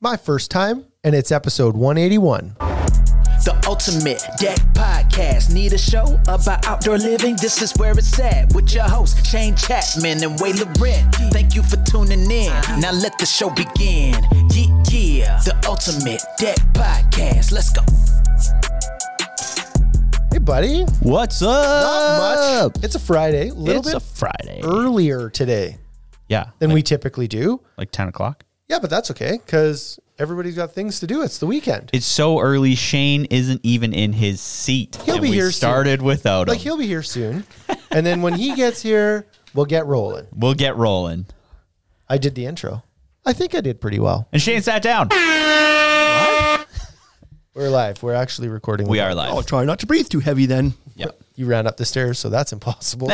my first time, and it's episode 181. The Ultimate Deck Podcast. Need a show about outdoor living? This is where it's at with your hosts, Shane Chapman and Way Rent. Thank you for tuning in. Now let the show begin. Yeah, yeah. The Ultimate Deck Podcast. Let's go. Hey, buddy. What's up? Not much. It's a Friday, a little it's bit a Friday. earlier today yeah. than like, we typically do. like 10 o'clock. Yeah, but that's okay because everybody's got things to do. It's the weekend. It's so early. Shane isn't even in his seat. He'll and be we here soon. started without like, him. he'll be here soon. and then when he gets here, we'll get rolling. We'll get rolling. I did the intro. I think I did pretty well. And Shane sat down. We're live. We're actually recording. We are live. I'll try not to breathe too heavy then. Yep. You ran up the stairs, so that's impossible.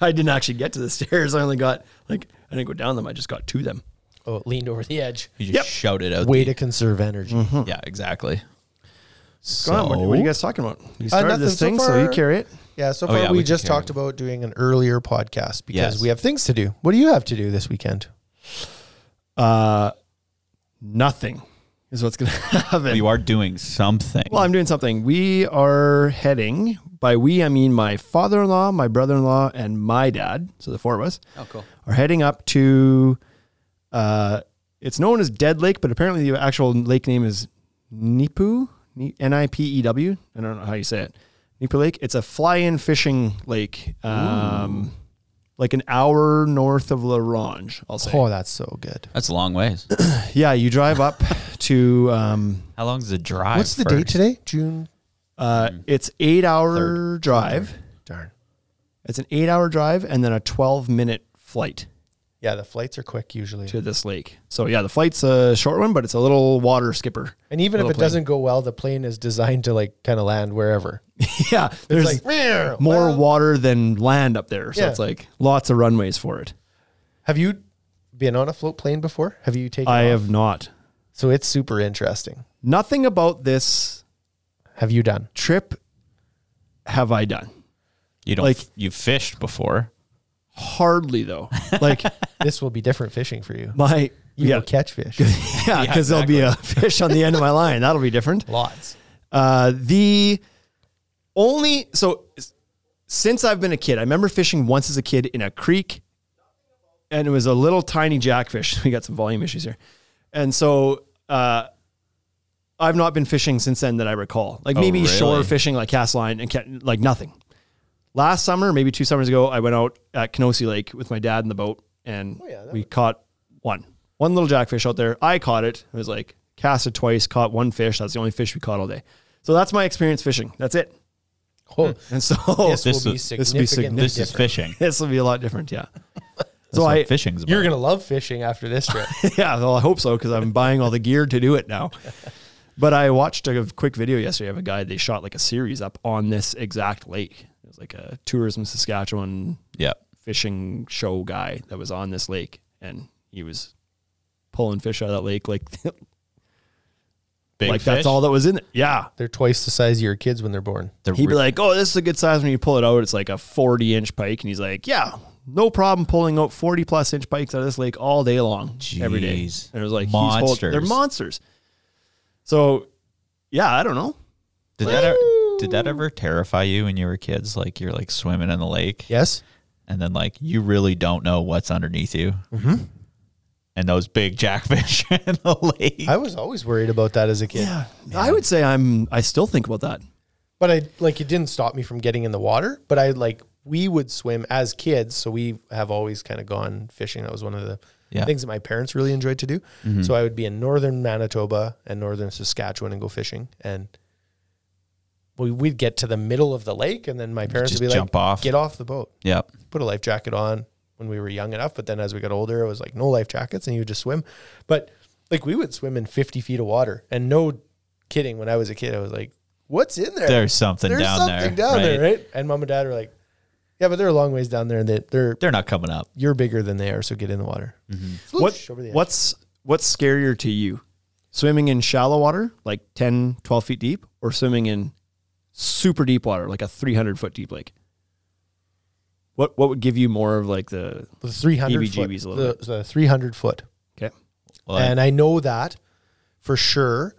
I didn't actually get to the stairs. I only got like I didn't go down them. I just got to them. oh, it leaned over the edge. You just Yep. shouted out. Way to conserve energy. the- yeah, exactly. Go on, what, what are you guys talking about? You started nothing this so thing, uh, so, far. you carry it. Yeah, so Oh, far yeah, we, we can just carry talked about doing an earlier podcast because Yes. we have things to do. What do you have to do this weekend? Uh, nothing is what's going to happen. You are doing something. Well, I'm doing something. We are heading. By we, I mean my father-in-law, my brother-in-law, and my dad. So the four of us. Oh, cool. Are heading up to. Uh, it's known as Dead Lake, but apparently the actual lake name is Nipu. N i p e w. I don't know how you say it. Nipu Lake. It's a fly-in fishing lake. Um, like an hour north of La Ronge. I'll say. Oh, that's so good. That's a long ways. Yeah, you drive up to. Um, How long's the drive? What's the first? date today? June. uh, it's eight-hour drive. Darn. It's an eight hour drive and then a 12 minute flight Yeah, the flights are quick usually. to this lake. So, yeah, the flight's a short one, but it's a little water skipper. And even if it Little plane. doesn't go well, the plane is designed to like kind of land wherever. yeah, It's there's like "Meow." more Well, water than land up there. So, Yeah. it's like lots of runways for it. have you been on a float plane before? Have you taken? I off? have not. So it's super interesting. Nothing about this Have you done? trip have I done. You don't Like- you've fished before. Hardly, though. Like, This will be different fishing for you. my. You yeah, will catch fish. yeah, because there'll be a fish on the end of my line. That'll be different. Lots. Uh, the only so s- since I've been a kid, I remember fishing once as a kid in a creek, and it was a little tiny jackfish. We got some volume issues here, and so uh, I've not been fishing since then that I recall. Like maybe shore really? fishing, like cast line and ca- like nothing. Last summer, maybe two summers ago, I went out at Kenosi Lake with my dad in the boat, and Oh, yeah, that we caught one, one little jackfish out there. I caught it. It was like casted twice, caught one fish. That's the only fish we caught all day. So that's my experience fishing. That's it. Oh, And so this, This will be is- this will be sig- significantly This is different. fishing. this will be a lot different. Yeah. That's so what I, fishing's about. You're gonna love fishing after this trip. yeah, well, I hope so because I'm buying all the gear to do it now. But I watched a quick video yesterday of a guy. They shot like a series up on this exact lake. It was like a tourism Saskatchewan Yep. fishing show guy that was on this lake, and he was pulling fish out of that lake like Big like fish? that's all that was in it. Yeah, They're twice the size of your kids when they're born. They're He'd be re- like, "Oh, this is a good size." When you pull it out, it's like a forty-inch pike, and he's like, "Yeah, no problem pulling out forty-plus inch pikes out of this lake all day long, every day." Jeez. And it was like, he's holding- they're Monsters. monsters." So, yeah, I don't know. Did that e- did that ever terrify you when you were kids? Like you're like swimming in the lake, Yes. and then like you really don't know what's underneath you, Mm-hmm. and those big jackfish in the lake. I was always worried about that as a kid. I would say I'm. I still think about that. But I like it didn't stop me from getting in the water, but I like we would swim as kids, so we have always kind of gone fishing. That was one of the Yeah. Mm-hmm. things that my parents really enjoyed to do. So I would be in northern Manitoba and northern Saskatchewan and go fishing and we would get to the middle of the lake and then my parents just would be jump like off. get off the boat. Yep. put a life jacket on when we were young enough, but then as we got older, it was like no life jackets and you would just swim. But like we would swim in 50 feet of water and no kidding. When I was a kid, I was like, what's in there? There's something There's down something there. down right? there, right? And mom and dad were like, yeah, but they're a long ways down there and they, they're, They're not coming up. you're bigger than they are. So get in the water. Mm-hmm. Sploosh What over the edge. What's What's scarier to you, swimming in shallow water, like 10, 12 feet deep, or swimming in super deep water, like a three hundred foot deep lake? What What would give you more of like the the 300 E heebie-jeebies a foot, little the, the 300 foot. okay? Well, and I know that for sure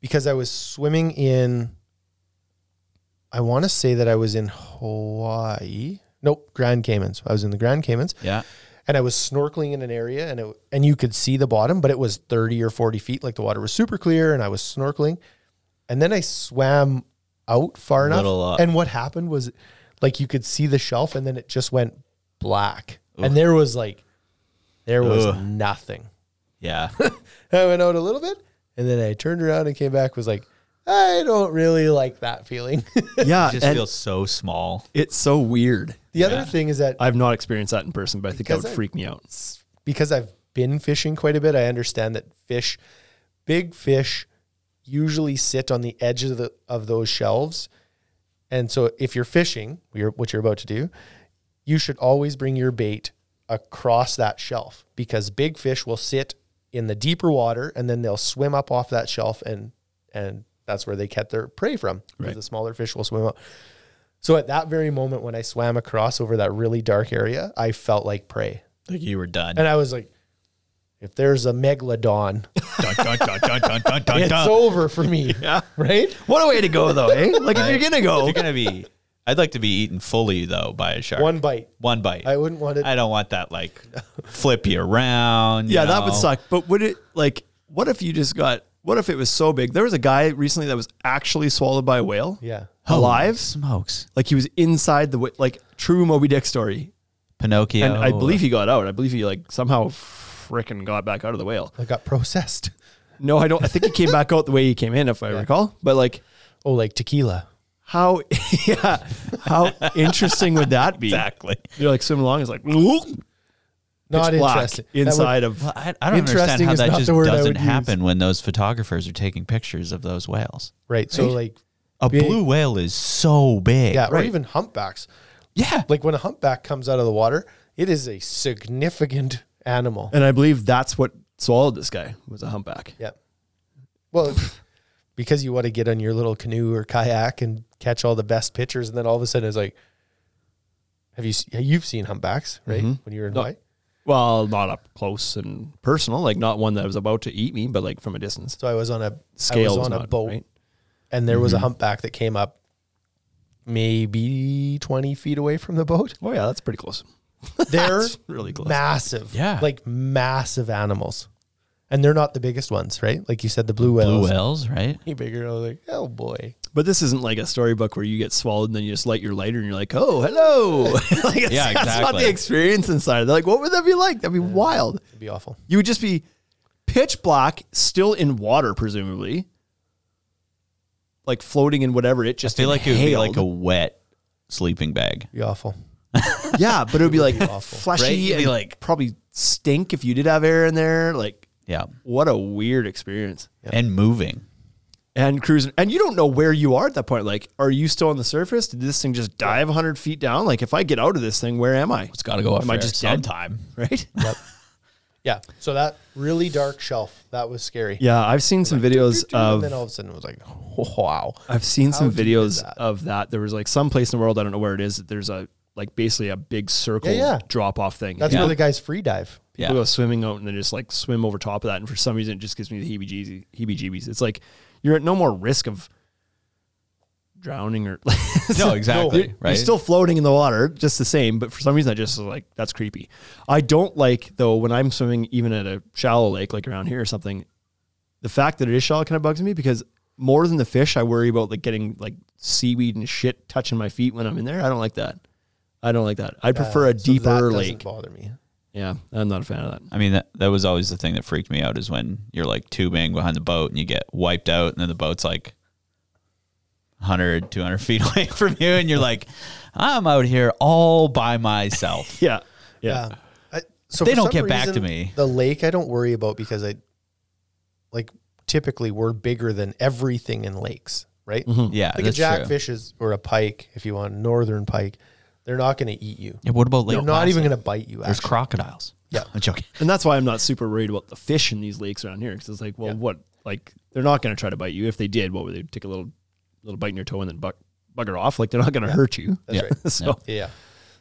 because I was swimming in. I want to say that I was in Hawaii. Nope, Grand Caymans. I was in the Grand Caymans, uh, yeah. and I was snorkeling in an area, and it, and you could see the bottom, but it was thirty or forty feet. Like the water was super clear, and I was snorkeling, and then I swam out far enough, Little uh, up. and what happened was, like you could see the shelf, and then it just went black, and there was like, there was Ugh. nothing. Yeah. I went out a little bit, and then I turned around and came back. Was like, I don't really like that feeling. Yeah, It just and feels so small. it's so weird. the other thing is that I've not experienced that in person, but I think that Because would I- freak me out. s- because I've been fishing quite a bit, I understand that fish, big fish, usually sit on the edge of the of those shelves, and so if you're fishing, you're, what you're about to do, you should always bring your bait across that shelf because big fish will sit in the deeper water and then they'll swim up off that shelf and and that's where they catch their prey from. Right. The smaller fish will swim up. So at that very moment when I swam across over that really dark area, I felt like prey. Like you were done. And I was like, if there's a megalodon, Dun, dun, dun, dun, dun, dun, dun, it's dun. over for me. Right? What a way to go, though, eh? Like if you're gonna go, You're gonna be. I'd like to be eaten fully though by a shark. One bite. One bite. I wouldn't want it. I don't want that like flip you around. you yeah, that would know. suck. But would it like? What if you just got? What if it was so big? There was a guy recently that was actually swallowed by a whale. yeah. alive. Oh, Smokes. Like he was inside the wh- like true Moby Dick story, Pinocchio. and I believe he got out. I believe he like somehow frickin' got back out of the whale. I got processed. No, I don't. I think he came back out the way he came in, if I recall. But like, Oh, like tequila. how yeah, how interesting would that be? exactly. You're like swim along. It's like "Oop," pitch Not black interesting. That would- inside of. Well, I, I don't understand Interesting how is that not just the word I doesn't would happen when those photographers are taking pictures of those whales. right. So, like, A Big- blue whale is so big. yeah, or even humpbacks. Yeah. Like, when a humpback comes out of the water, it is a significant animal. And I believe that's what swallowed this guy was a humpback. yeah. Well, because you want to get on your little canoe or kayak and catch all the best pictures, and then all of a sudden it's like, have you s- you've seen humpbacks, right? When you were in Hawaii, Well, not up close and personal, like not one that was about to eat me, but like from a distance. So I was on a Scale I was was on a not, boat, right? Mm-hmm. and there was a humpback that came up, maybe twenty feet away from the boat. Oh yeah, that's pretty close. They're really close. massive, Yeah. like massive animals, and they're not the biggest ones, right? Like you said, the blue whales, Blue whales, right? way bigger. I was like, oh boy, But this isn't like a storybook where you get swallowed and then you just light your lighter and you're like, oh, hello. like, Yeah, That's not exactly. the experience inside. They're like, what would that be like? That'd be wild. it'd be awful. You would just be pitch black, still in water, presumably, like floating in whatever it I just feel like it would be inhaled. like a wet sleeping bag. It'd be awful. yeah, but it would be like fleshy Right? It'd be and like- probably stink if you did have air in there. Like, Yeah. what a weird experience. And moving. and cruising. And you don't know where you are at that point. Like, are you still on the surface? Did this thing just dive 100 feet down? Like, if I get out of this thing, where am I? It's got to go up Am I for just dead? sometime. Right? Yeah. So that really dark shelf that was scary. Yeah, I've seen some videos and then all of. of a sudden it was like, wow. I've seen some How did you do videos that? of that. There was like some place in the world I don't know where it is. That there's a like basically a big circle Yeah, yeah. drop off thing. That's yeah. where the guys free dive. People go swimming out and then just like swim over top of that. And for some reason, it just gives me the heebie-jeebies. heebie-jeebies. It's like you're at no more risk of drowning or No, exactly. You're- right. You're still floating in the water, just the same. But for some reason, I just was like that's creepy. I don't like though when I'm swimming, even at a shallow lake like around here or something. The fact that it is shallow kind of bugs me because more than the fish, I worry about like getting like seaweed and shit touching my feet when I'm in there. I don't like that. I don't like that. I prefer a Uh, So that deeper doesn't lake. bother me. Yeah, I'm not a fan of that. I mean, that, that was always the thing that freaked me out is when you're like tubing behind the boat and you get wiped out, and then the boat's like 100, 200 feet away from you, and you're like, I'm out here all by myself. Yeah, Yeah. yeah. I, so They for don't some get back to me. The lake I don't worry about because I like typically we're bigger than everything in lakes, right? Mm-hmm. yeah, Like a that's true. jackfish is or a pike, if you want, northern pike, they're not gonna eat you. Yeah, what about Lake they're not Placid? even gonna bite you There's actually. crocodiles. Yeah. I'm joking. And that's why I'm not super worried about the fish in these lakes around here because it's like, well, what? Like they're not going to try to bite you. If they did, what would they take a little, little bite in your toe and then buck, bugger off? Like they're not going to hurt you. That's Yeah. right. so Yeah.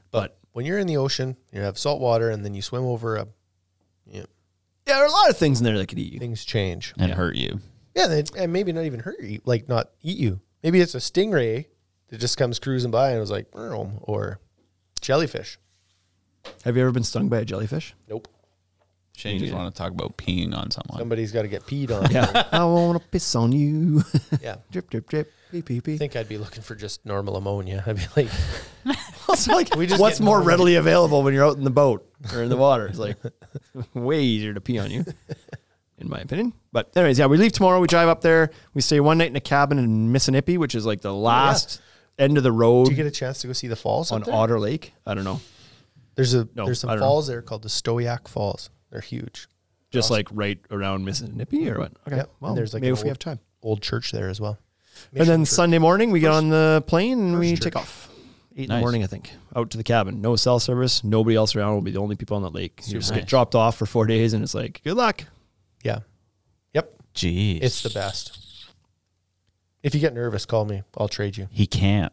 But- But when you're in the ocean, you have salt water and then you swim over a yeah. there are a lot of things in there that could eat you. Things change. and hurt you. Yeah, they, and maybe not even hurt you, like not eat you. Maybe it's a stingray that just comes cruising by and was like, "Vroom," or jellyfish. Have you ever been stung by a jellyfish? Nope. Shane just want to talk about peeing on someone. Somebody's got to get peed on. Yeah. I wanna piss on you. yeah. drip, drip, drip. Pee, pee, I pee. think I'd be looking for just normal ammonia. I'd be like, It's like, just what's get more more- readily available when you're out in the boat or in the water? It's like way easier to pee on you, in my opinion. But anyways, yeah, we leave tomorrow. We drive up there. We stay one night in a cabin in Mississippi, which is like the last end of the road "Do you get a chance to go see the falls on on Otter Lake. I don't know, There's a No, there's I some don't know. falls there called the Stoyak Falls. They're huge. just like right around Mississippi or what? Okay, Yep. And well, there's like maybe an if we old- have time. Old church there as well. And then Sunday morning, we get on the plane and we First take church. off. Eight in the Nice. morning, I think, out to the cabin. No cell service. Nobody else around. We'll be the only people on that lake. You just get nice. dropped off for four days, and it's like, good luck. Yeah. Yep. Jeez, It's the best. If you get nervous, call me. I'll trade you. He can't.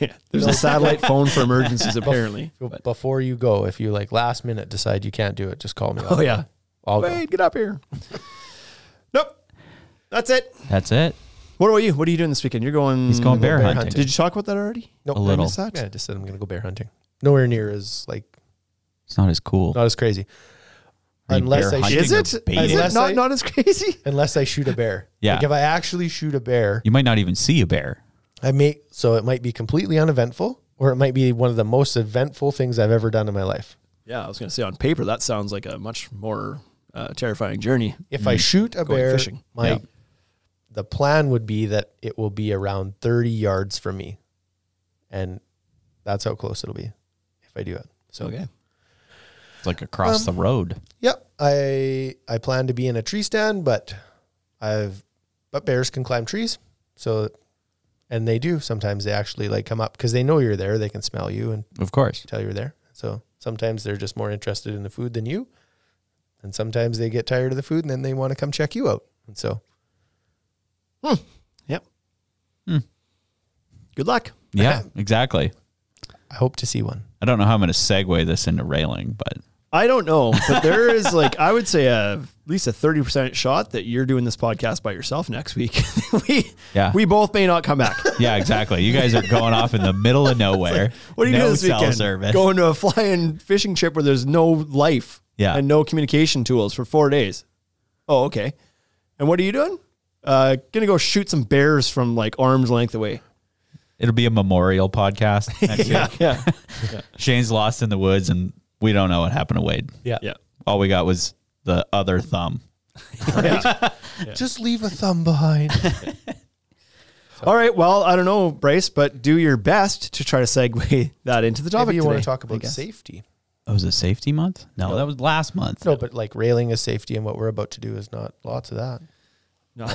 Yeah, there's a satellite phone for emergencies apparently. But- Before you go, if you like last minute decide you can't do it, just call me. oh yeah, I'll go. Wade, get up here. nope, that's it. That's it. What about you? What are you doing this weekend? You're going. He's going bear, Mm, bear hunting. hunting. Did you talk about that already? Nope. A Did I little. miss that? Yeah, I just said I'm gonna go bear hunting. Nowhere near as like It's not as cool. not as crazy. Are you Unless bear I hunting? shoot, Is it? Hunting or baiting? Is it Unless not I- not as crazy? unless I shoot a bear. Yeah. Like if I actually shoot a bear, you might not even see a bear. I may so it might be completely uneventful, or it might be one of the most eventful things I've ever done in my life. Yeah, I was gonna say on paper that sounds like a much more uh, terrifying journey. If I shoot a Going bear, fishing. my Yeah. the plan would be that it will be around 30 yards from me, and that's how close it'll be if I do it. So Okay. It's like across Um, the road. Yep. I I plan to be in a tree stand, but I've but bears can climb trees. So and they do sometimes they actually like come up because they know you're there, they can smell you and Of course. tell you're there. So sometimes they're just more interested in the food than you. And sometimes they get tired of the food and then they want to come check you out. And so Yep. Hmm. Good luck. Yeah, exactly. I hope to see one. I don't know how I'm going to segue this into railing, but I don't know, but there is like I would say a, at least a thirty percent shot that you're doing this podcast by yourself next week. we Yeah. we both may not come back. yeah, exactly. You guys are going off in the middle of nowhere. What are you no doing this cell weekend? Service. Going to a flying fishing trip where there's no life Yeah. and no communication tools for four days. Oh, okay. And what are you doing? Uh, gonna go shoot some bears from like arm's length away. It'll be a memorial podcast. Next yeah. Yeah, Shane's lost in the woods, and we don't know what happened to Wade. Yeah. yeah. All we got was the other thumb. Just leave a thumb behind. All right. Well, I don't know, Bryce, but do your best to try to segue that into the topic. Maybe you want today, to talk I about guess. safety. Oh, was it safety month? No, that was last month. No, but like railing is safety and what we're about to do is not lots of that. No.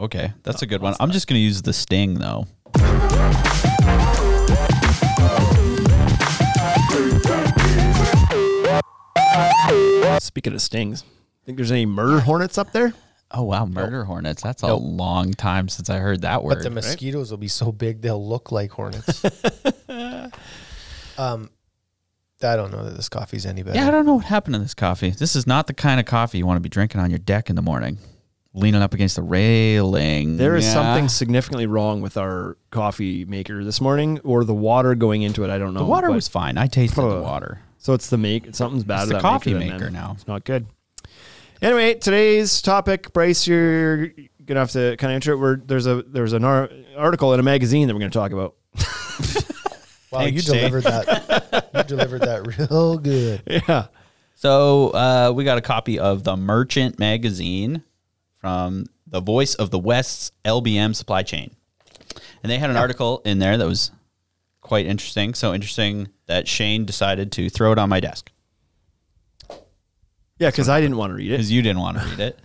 Okay, that's a good one. I'm just going to use the sting though. Speaking of stings, think there's any murder hornets up there? Oh wow, murder hornets. That's a long time since I heard that But word. the mosquitoes will be so big they'll look like hornets. um, I don't know that this coffee's any better. yeah, I don't know what happened to this coffee. This is not the kind of coffee you want to be drinking on your deck in the morning, leaning up against the railing. There is Yeah. something significantly wrong with our coffee maker this morning, or the water going into it. I don't know. The water but- was fine. I tasted Ugh. the water. so it's the make. Something's bad. It's with the that coffee then, maker man. now. It's not good. Anyway, today's topic, Bryce, you're gonna have to kind of intro it. Where there's a there's an ar- article in a magazine that we're gonna talk about. Wow, Thanks, you Jay. delivered that. you delivered that real good. Yeah. So uh, we got a copy of the Merchant magazine from the Voice of the West's LBM supply chain, and they had an article in there that was quite interesting. So interesting that Shane decided to throw it on my desk Yeah, because I didn't want to read it. because you didn't want to read it.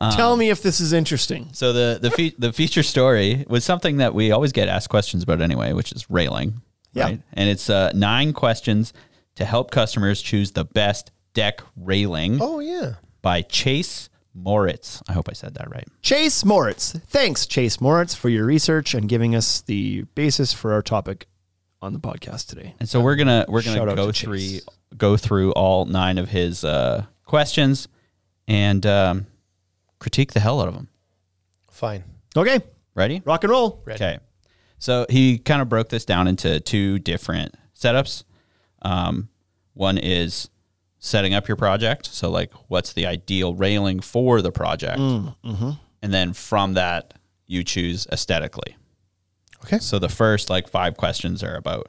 Uh-huh. Tell me if this is interesting. So the the fe- the feature story was something that we always get asked questions about anyway, which is railing. Yeah. And it's uh, nine questions to help customers choose the best deck railing Oh yeah. by Chase Moritz. I hope I said that right. Chase Moritz. Thanks, Chase Moritz, for your research and giving us the basis for our topic on the podcast today. And so we're gonna we're Shout gonna out go to three Chase. go through all nine of his uh, questions and um, critique the hell out of him. Fine. Okay, Ready? rock and roll. Ready. Okay. So he kind of broke this down into two different setups. Um, one is setting up your project. So, like, what's the ideal railing for the project? And then from that, you choose aesthetically. Okay. So, the first like five questions are about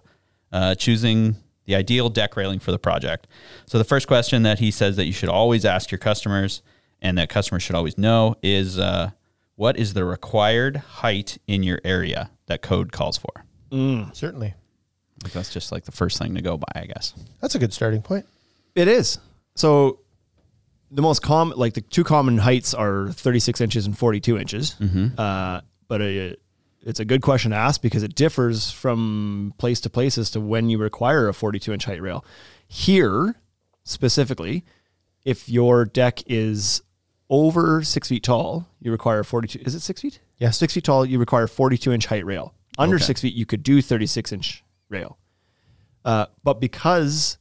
uh, choosing the ideal deck railing for the project. So, the first question that he says that you should always ask your customers and that customers should always know is uh, what is the required height in your area that code calls for? Certainly. Like, That's just like the first thing to go by, I guess. That's a good starting point. It is. So the most common, like the two common heights are 36 inches and 42 inches. Uh, but a, it's a good question to ask because it differs from place to place as to when you require a 42 inch height rail. Here, specifically, if your deck is over six feet tall, you require 42. Is it six feet? Yeah. Six feet tall, you require 42 inch height rail. Under Okay. six feet, you could do 36 inch rail. Uh, but because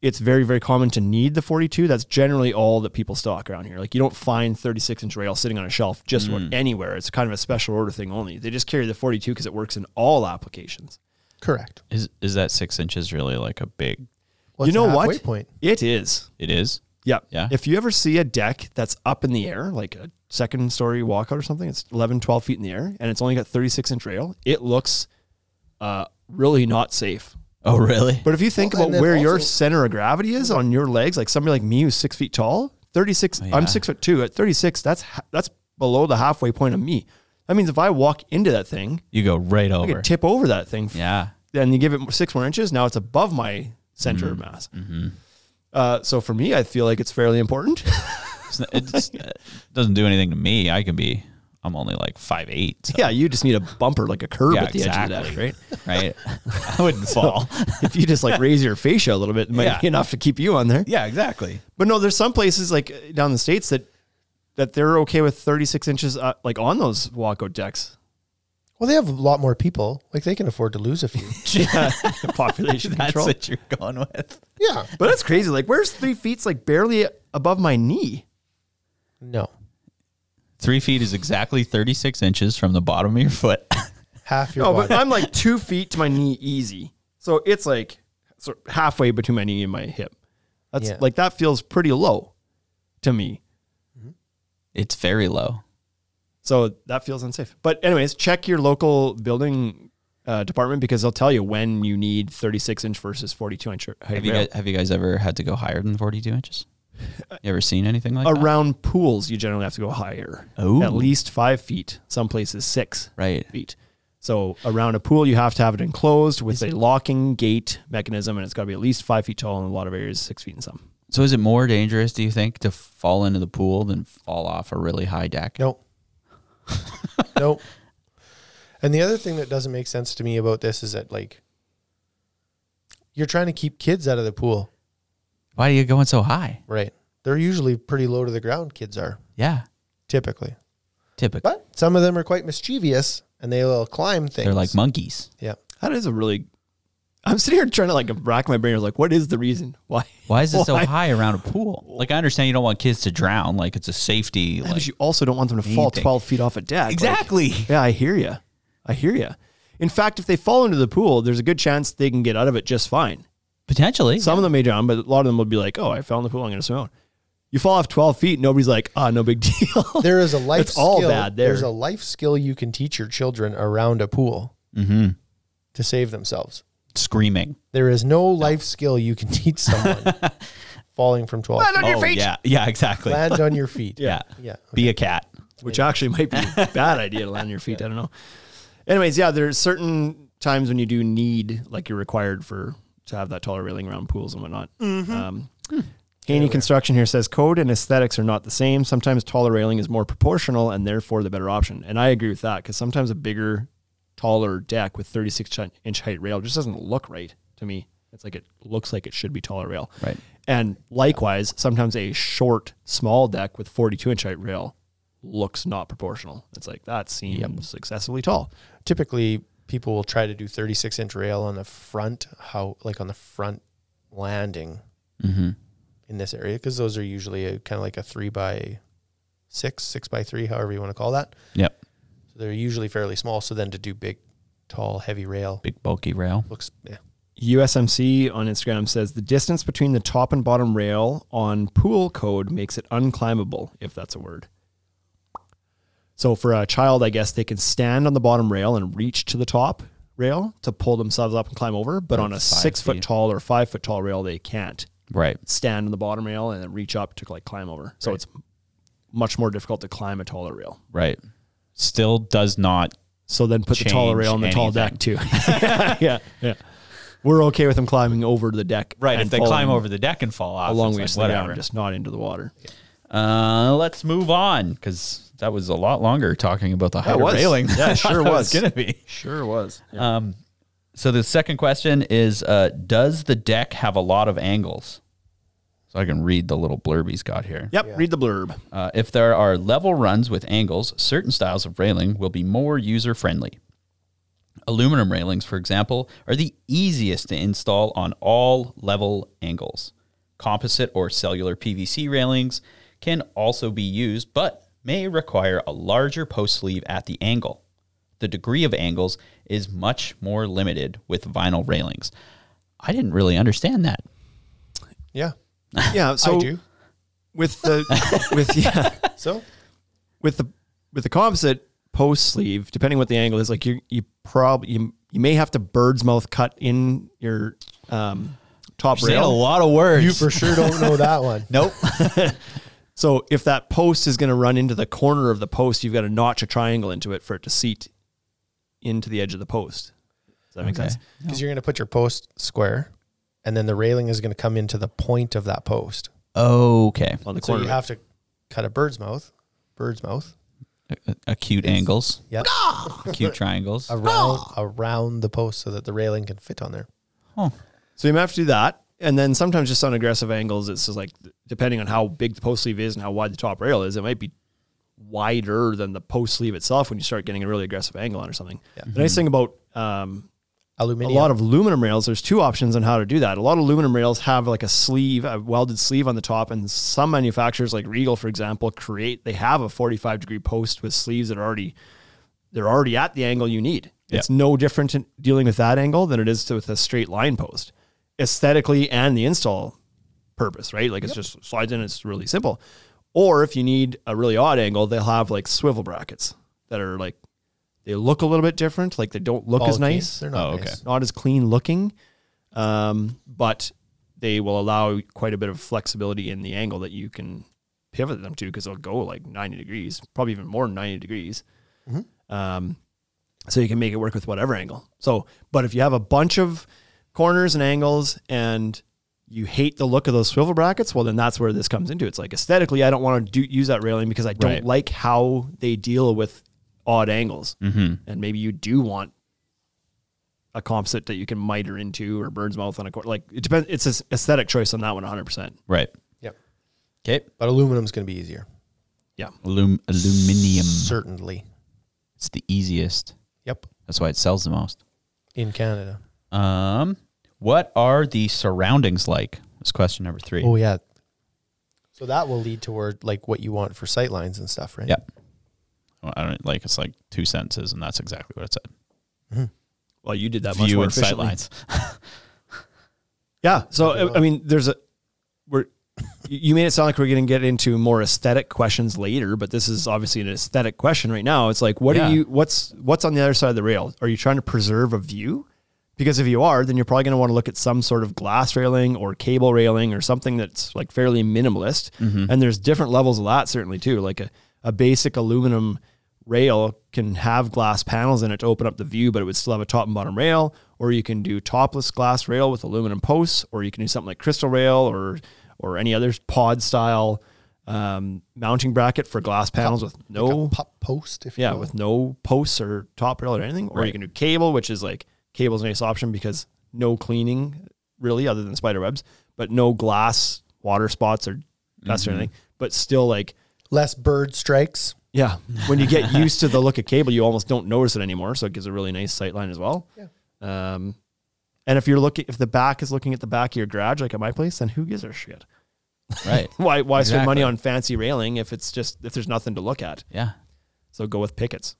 it's very very common to need the 42 that's generally all that people stock around here like you don't find 36 inch rail sitting on a shelf just anywhere it's kind of a special order thing only they just carry the 42 because it works in all applications Correct. Is is that six inches really like a big? What's you know the halfway what Point. it is It is. yeah Yeah. if you ever see a deck that's up in the air like a second story walkout or something it's 11 12 feet in the air and it's only got 36 inch rail it looks uh, really not safe Oh, really? But if you think Well, and about then where your also- center of gravity is on your legs, like somebody like me who's six feet tall, thirty six. Oh, yeah. I'm six foot two. At thirty six, that's ha- that's below the halfway point of me. That means if I walk into that thing, You go right I over. could tip over that thing. yeah. Then you give it six more inches. Now it's above my center Mm-hmm. of mass. Uh, so for me, I feel like it's fairly important. It's not- it's- it doesn't do anything to me. I can be. I'm only like five eight. So, yeah, you just need a bumper like a curb Yeah, at the edge of the deck, right? Right. I wouldn't fall. if you just like raise your fascia a little bit, it might Yeah. be enough to keep you on there. yeah. Exactly. But no, there's some places like uh, down in the states that that they're okay with 36 inches uh, like on those walkout decks. Well, they have a lot more people. Like they can afford to lose a few. Population That's control. what you're going with. yeah. But that's crazy. Like, where's three feet's like barely above my knee? No. Three feet is exactly 36 inches from the bottom of your foot. Half your No, body. but I'm like two feet to my knee easy. So it's like so halfway between my knee and my hip. That's Yeah. like that feels pretty low to me. it's very low. So that feels unsafe. But anyways, check your local building uh, department because they'll tell you when you need 36 inch versus 42 inch. height Have you rail. guys Have you guys ever had to go higher than 42 inches? You ever seen anything like that? around pools, you generally have to go higher. Oh. At least five feet. Some places six Right. feet. So around a pool, you have to have it enclosed with a locking gate mechanism, and it's got to be at least five feet tall in a lot of areas, six feet in some. So is it more dangerous, do you think, to fall into the pool than fall off a really high deck? No. no. And the other thing that doesn't make sense to me about this is that like you're trying to keep kids out of the pool, Why are you going so high? right? They're usually pretty low to the ground kids are Yeah. typically. Typically. But some of them are quite mischievous and they will climb things. They're like monkeys. yeah. That is a really. I'm sitting here trying to like rack my brain. I was like, what is the reason? Why? Why is it so Why? high around a pool? Like I understand you don't want kids to drown. Like it's a safety. Because Like, you also don't want them to fall Anything. 12 feet off a deck. like- exactly. yeah, I hear you. I hear you. In fact, if they fall into the pool, there's a good chance they can get out of it just fine. Potentially. Some of them may drown, but a lot of them will be like, "Oh, I fell in the pool. I'm going to swim out." You fall off 12 feet. Nobody's like, "Ah, no big deal." There is a life It's all skill- bad there. There's a life skill you can teach your children around a pool mm-hmm. to save themselves. Screaming. There is no life skill you can teach someone falling from 12. feet. oh, Yeah. Yeah. Exactly. Land on your feet. Yeah. Yeah. Be a cat. Which actually might be a bad idea to land on your feet. I don't know. Anyways, yeah, there's certain times when you do need, like, you're required for to have that taller railing around pools and whatnot. Um, Haney Construction here says code and aesthetics are not the same. Sometimes taller railing is more proportional and therefore the better option. And I agree with that because sometimes a bigger, taller deck with 36 chi- inch height rail just doesn't look right to me. It's like it looks like it should be taller rail. Right. And likewise, sometimes a short, small deck with 42 inch height rail looks not proportional. It's like that seems excessively tall. typically people will try to do 36 inch rail on the front how like on the front landing Mm-hmm. in this area because those are usually kind of like a three by six, six by three, however you want to call that. Yep. So they're usually fairly small. So then to do big, tall, heavy rail Big bulky rail. looks yeah, USMC on Instagram says the distance between the top and bottom rail on pool code makes it unclimbable, if that's a word. So for a child, I guess they can stand on the bottom rail and reach to the top rail to pull themselves up and climb over, but on a five six foot feet. tall or five foot tall rail, they can't Right. stand on the bottom rail and then reach up to like climb over. So it's much more difficult to climb a taller rail. Right. Still does not. So then put the taller Change rail on the tall deck too. yeah, yeah. We're okay with them climbing over the deck. Right. and If they climb falling over the deck and fall off, a long it's ways like, to the ground, whatever. just not into the water. Uh, let's move on because that was a lot longer talking about the higher was. railing. Yeah, than I it sure thought it was was. gonna be. Sure was. Um, so the second question is, uh, does the deck have a lot of angles? So I can read the little blurb he's got here. Yep. Read the blurb. Uh, if there are level runs with angles, certain styles of railing will be more user friendly. Aluminum railings, for example, are the easiest to install on all level angles. Composite or cellular PVC railings can also be used, but may require a larger post sleeve at the angle. The degree of angles is much more limited with vinyl railings. I didn't really understand that. yeah. Yeah. So I do. with the with yeah So with the with the composite post sleeve, depending what the angle is, like you you probably you, you may have to bird's mouth cut in your um, top rail. lot of words. you for sure don't know that one. Nope. so if that post is going to run into the corner of the post, you've got to notch a triangle into it for it to seat into the edge of the post. Does that make Okay. sense? Because you're going to put your post square, and then the railing is going to come into the point of that post. okay. On the So you corner. of it. have to cut a bird's mouth, bird's mouth, A- acute angles, yep, acute triangles. around around the post so that the railing can fit on there. So you might have to do that. And then sometimes just on aggressive angles, it's just like depending on how big the post sleeve is and how wide the top rail is, it might be wider than the post sleeve itself when you start getting a really aggressive angle on or something. The nice thing about um, a Aluminum. lot of aluminum rails, there's two options on how to do that. A lot of aluminum rails have like a sleeve, a welded sleeve on the top, and some manufacturers like Regal, for example, create they have a 45 degree post with sleeves that are already they're already at the angle you need. It's no different in dealing with that angle than it is to, with a straight line post, aesthetically and the install purpose, right? Like it's just slides in, it's really simple. Or if you need a really odd angle, they'll have like swivel brackets that are like they look a little bit different, like they don't look Ball as of nice case, They're not Oh, okay. okay. Nice. not as clean looking, um, but they will allow quite a bit of flexibility in the angle that you can pivot them to because they'll go like 90 degrees, probably even more than 90 degrees. Um, so you can make it work with whatever angle. So, but if you have a bunch of corners and angles and you hate the look of those swivel brackets, well, then that's where this comes into. It's like aesthetically, I don't want to do, use that railing because I don't Right. like how they deal with odd angles. Mm-hmm. And maybe you do want a composite that you can miter into or bird's mouth on a court. Like it depends. It's an aesthetic choice on that one, 100. percent Right. Yep. Okay. But aluminum's going to be easier. Yeah. Alum- aluminium. Certainly. It's the easiest. Yep. That's why it sells the most. In Canada. Um, what are the surroundings like? That's question number three. Oh yeah. So that will lead toward like what you want for sight lines and stuff, right? Yep. Well, I don't like. It's like two sentences, and that's exactly what it said. Well, you did that much View more and sight efficiently. lines. Yeah. So I, I mean, there's a we're you you made it sound like we're going to get into more aesthetic questions later, but this is obviously an aesthetic question right now. It's like, what Yeah. are you? What's what's on the other side of the rail? Are you trying to preserve a view? Because if you are, then you're probably going to want to look at some sort of glass railing or cable railing or something that's like fairly minimalist. And there's different levels of that certainly too. Like a, a basic aluminum rail can have glass panels in it to open up the view, but it would still have a top and bottom rail. Or you can do topless glass rail with aluminum posts, or you can do something like crystal rail or or any other pod style um, mounting bracket for glass panels with no Like a pop post, if you Oh. yeah, will. with no posts or top rail or anything. Or you can do cable, which is like cable's a nice option because no cleaning really, other than spider webs, but no glass, water spots, or dust or anything. But still, like less bird strikes. yeah, when you get used to the look of cable, you almost don't notice it anymore. So it gives a really nice sight line as well. Yeah. Um, and if you're looking, if the back is looking at the back of your garage, like at my place, then who gives a shit? Right. Why why spend money Exactly. on fancy railing if it's just if there's nothing to look at? yeah. So go with pickets.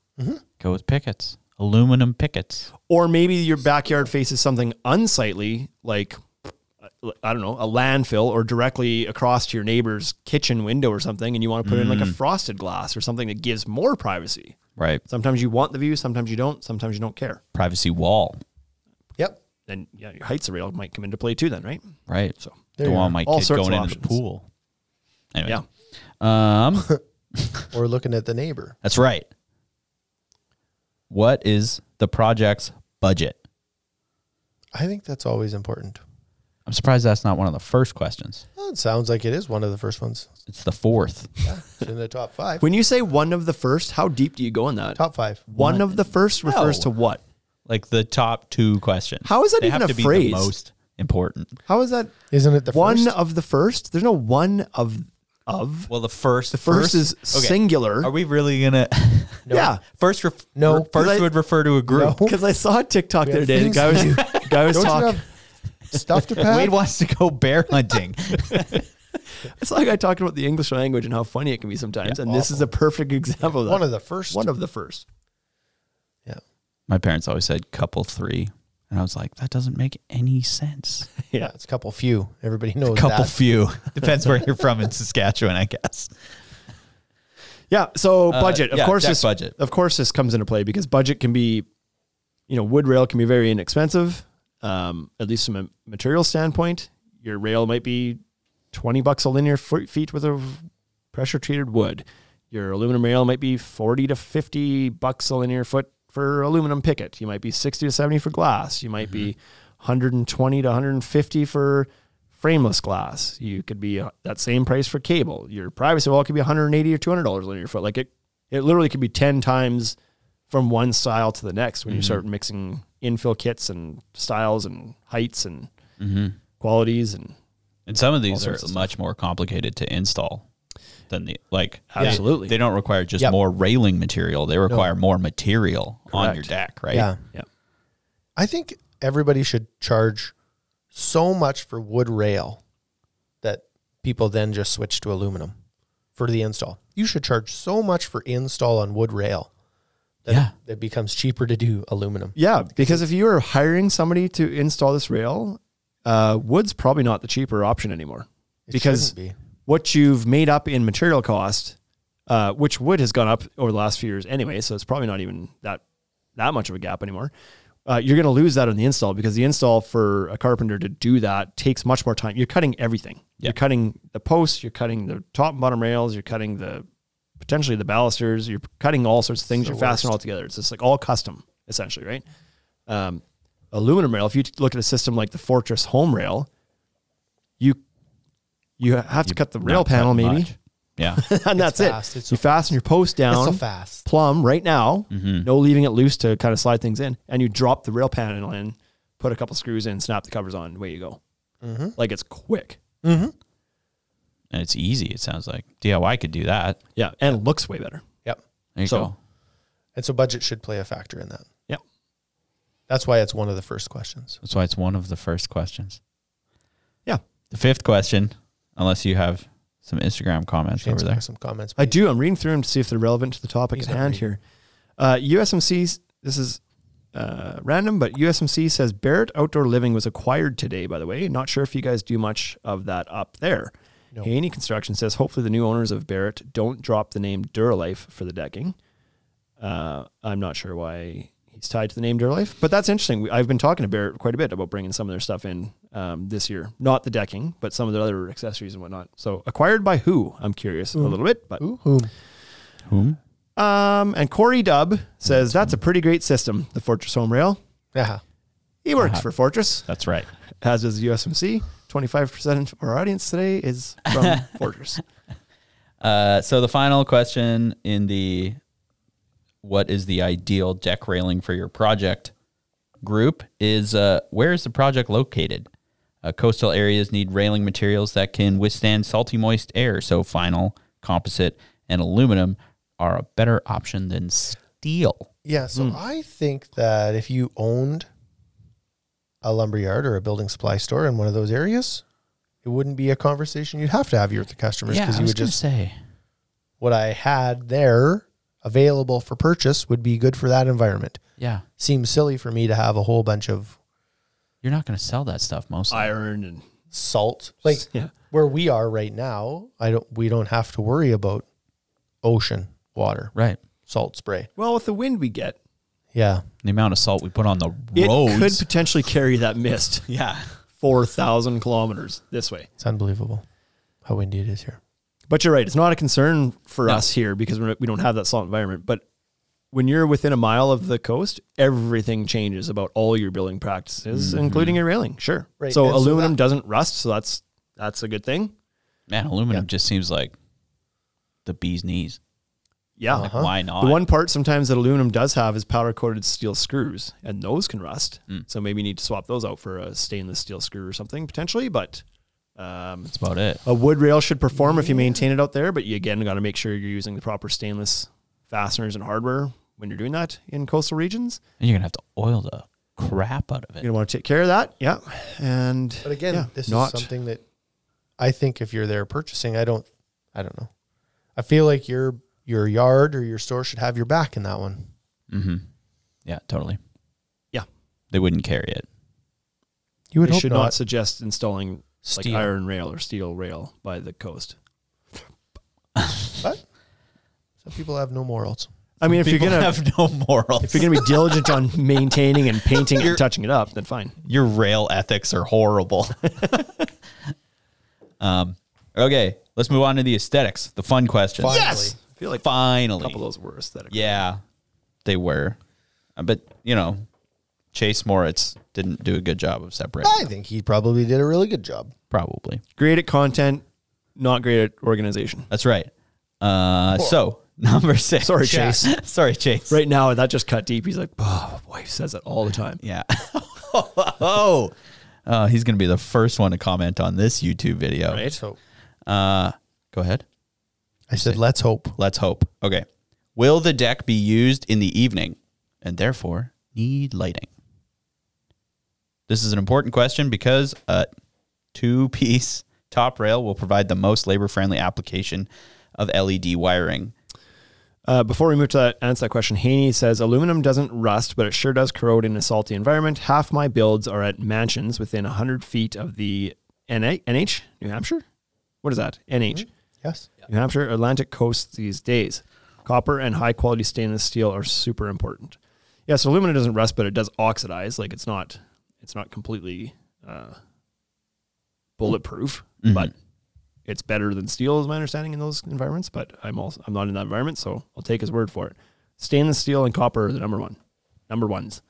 Go with pickets. Aluminum pickets. Or maybe your backyard faces something unsightly like I don't know, a landfill or directly across to your neighbor's kitchen window or something and you want to put in like a frosted glass or something that gives more privacy. Right. Sometimes you want the view, sometimes you don't, sometimes you don't care. Privacy wall. Yep. Then yeah, your heights rail might come into play too then, right? Right. So you Don't are. want my All kid sorts going of into the options. pool. Anyway. yeah. Um Or looking at the neighbor. that's right. What is the project's budget? I think that's always important. I'm surprised that's not one of the first questions. Well, it sounds like it is one of the first ones. It's the fourth. Yeah, it's in the top five. When you say one of the first, how deep do you go in that? top five. one, of the first refers No. to what? Like the top two questions. How is that They even have a to Be phrase? the most important. How is that Isn't it the one first? of the first? There's no one of of. Well, the first. The first is singular. Are we really gonna? Yeah, First, ref, No. re- First I- would refer to a group. because I saw a TikTok the have other day. The things guy was to guy was Don't you talking. have stuff to pack? Wade wants to go bear hunting. I saw a guy talking about the English language and how funny it can be sometimes. and this is a perfect example of that. one of the first. One of the first. yeah. My parents always said couple three, and I was like, that doesn't make any sense. yeah, it's a couple few. Everybody knows couple that. few depends where you're from in Saskatchewan, I guess. Yeah. So budget, of Uh, yeah, course, Jack this budget. Of course, this comes into play because budget can be, you know, wood rail can be very inexpensive. Um, at least from a material standpoint, your rail might be twenty bucks a linear foot- feet with a pressure treated wood. Your aluminum rail might be forty to fifty bucks a linear foot for aluminum picket. You might be sixty to seventy for glass. You might be one hundred and twenty to one hundred and fifty for frameless glass. You could be uh, that same price for cable. Your privacy wall could be 180 or 200 dollars linear foot. Like it, it literally could be 10 times from one style to the next when you start mixing infill kits and styles and heights and qualities and And some of these are sorts of much more complicated to install than the like. they- Absolutely. they, don't require just Yep. more railing material. They require more material on your Correct. deck, right? Yeah. yeah. I think everybody should charge so much for wood rail that people then just switch to aluminum for the install. You should charge so much for install on wood rail that Yeah. it, that becomes cheaper to do aluminum. Yeah, because if you are hiring somebody to install this rail, uh, wood's probably not the cheaper option anymore. because shouldn't be. what you've made up in material cost, uh, which wood has gone up over the last few years anyway, so it's probably not even that that much of a gap anymore. Uh, you're going to lose that on the install because the install for a carpenter to do that takes much more time. You're cutting everything. You're cutting the posts. You're cutting the top and bottom rails. You're cutting the potentially the balusters. You're cutting all sorts of things. You're fastening all together. It's just like all custom essentially, right? Um, aluminum rail. If you look at a system like the Fortress Home Rail, you you have to cut the rail Not panel that maybe, much. Yeah. and that's fast. it. It's so you fasten your post down It's so fast. plumb right now, no leaving it loose to kind of slide things in, and you drop the rail panel in, put a couple screws in, snap the covers on, away you go. Mm-hmm. Like it's quick. and it's easy. It sounds like DIY could do that. Yeah, and it looks way better. Yep. There you So- go. And so budget should play a factor in that. Yeah. That's why it's one of the first questions. That's why it's one of the first questions. Yeah. The fifth question, unless you have some Instagram comments over Shane's there. got some comments. I do. I'm reading through them to see if they're relevant to the topic at hand here. Uh, USMC, this is uh, random, but USMC says Barrett Outdoor Living was acquired today, by the way. Not sure if you guys do much of that up there. Haney Construction says hopefully the new owners of Barrett don't drop the name Duralife for the decking. Uh, I'm not sure why he's tied to the name Duralife, but that's interesting. We- I've been talking to Barrett quite a bit about bringing some of their stuff in um, this year, not the decking, but some of their other accessories and whatnot. So acquired by who? I'm curious a little bit, but Whom? um, and Corey Dubb says that's a pretty great system, the Fortress Home Rail. Yeah. He works Uh-huh. for Fortress, That's right. as does USMC. 25% of our audience today is from Fortress. Uh, so the final question in the what is the ideal deck railing for your project group is uh, where is the project located? Uh, coastal areas need railing materials that can withstand salty, moist air. So vinyl, composite, and aluminum are a better option than steel. Yeah. So Hmm. I think that if you owned a lumberyard or a building supply store in one of those areas, it it wouldn't be a conversation you'd have to have here with the customers Yeah, because I you was would gonna just say. what I had there available for purchase would be good for that environment. Yeah, Seems silly for me to have a whole bunch of you're not gonna sell that stuff mostly. iron and salt like yeah. where we are right now. I don't we don't have to worry about ocean water right. salt spray. Well, with the wind we get, Yeah, The amount of salt we put on the it roads. could potentially carry that mist yeah. four thousand kilometers this way. it's unbelievable how windy it is here. But you're right; it's not a concern for No. us here because we're, not- we don't have that salt environment. But when you're within a mile of the coast, everything changes about all your building practices, including your railing. Sure. Mm-hmm. Right, So and so aluminum that- doesn't rust, so that's that's a good thing. Man, aluminum just seems like the bee's knees. Yeah. Like, why not? The one part sometimes that aluminum does have is powder coated steel screws, and those can rust. Hmm. So maybe you need to swap those out for a stainless steel screw or something potentially. But um, That's about it. a wood rail should perform if you maintain it out there. But you again got to make sure you're using the proper stainless fasteners and hardware when you're doing that in coastal regions. And you're gonna have to oil the crap out of You're it. gonna want to take care of that. Yeah, and But again, yeah, this not- is something that I think if you're there purchasing, I don't, I don't know. I feel like your your yard or your store should have your back in that one. Mm-hmm. Yeah, totally. Yeah. They wouldn't carry it. You would They hope should not. not. suggest installing Steel. like iron rail or steel rail by the coast. But some people have no morals. I mean, if you're People gonna have no morals. if you're gonna be diligent on maintaining and painting and touching it up, then fine. your rail ethics are horrible. um, okay, let's move on to the aesthetics, the fun questions. Finally. Yes, I feel like a Finally. couple of those were aesthetic. yeah, they were. Uh, But, you know, Chase Moritz didn't do a good job of separating. I think he probably did a really good job. Probably. Great at content, not great at organization. That's right. Uh, so, number six. Sorry, Chase. Sorry, Chase. Right now, that just cut deep. He's like, oh, boy, he says it all the time. Yeah. oh, uh, he's going to be the first one to comment on this YouTube video. Right? So Uh, go ahead. I said, let's hope. Let's hope. Okay. Will the deck be used in the evening and therefore need lighting? This is an important question because a two piece top rail will provide the most labor friendly application of LED wiring. Uh, before we move to that, answer that question, Haney says aluminum doesn't rust, but it sure does corrode in a salty environment. Half my builds are at mansions within 100 feet of the NA, NH, New Hampshire. What is that? NH, Yes. New Hampshire, Atlantic coast these days. Copper and high quality stainless steel are super important. Yeah, so aluminum doesn't rust, but it does oxidize. Like it's not, it's not completely uh, bulletproof, Mm-hmm. but it's better than steel is my understanding in those environments but i'm also i'm not in that environment so i'll take his word for it stainless steel and copper are the number one number ones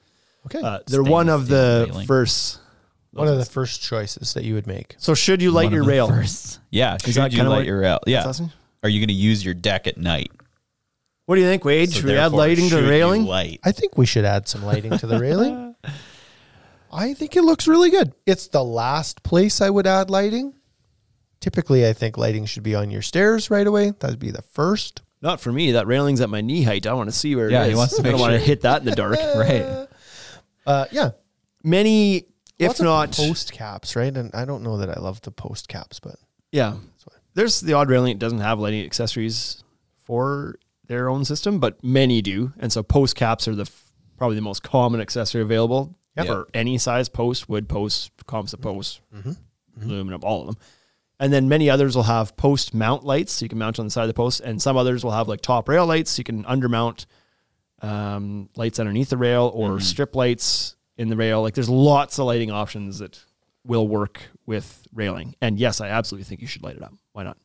Okay. uh, they're one Stainless of steel the railing. first one of the first choices that you would make. so should you light One of your the rail first. Yeah. Should that you kinda light what- your rail? Yeah. That's awesome. Are you going to use your deck at night? what do you think wade should we add therefore, lighting to should the you railing Light. I think we should add some lighting to the railing. I think it looks really good. It's the last place I would add lighting. Typically, I think lighting should be on your stairs right away. That'd be the first. not for me that railing's at my knee height i want to see where it is. Yeah, he wants to i make don't want to sure. hit that in the dark Right. Uh, yeah, many if Lots of not post caps, right? And I don't know that I love the post caps, but Yeah. There's the odd railing that doesn't have lighting accessories for their own system, but many do. And so post caps are the f- probably the most common accessory available Yep. for any size post, wood post, composite post, Mm-hmm. aluminum, all of them. And then many others will have post mount lights, so you can mount on the side of the post. And some others will have like top rail lights, so you can undermount um, lights underneath the rail or strip lights in the rail. Like there's lots of lighting options that will work with railing. And yes, I absolutely think you should light it up. Why not?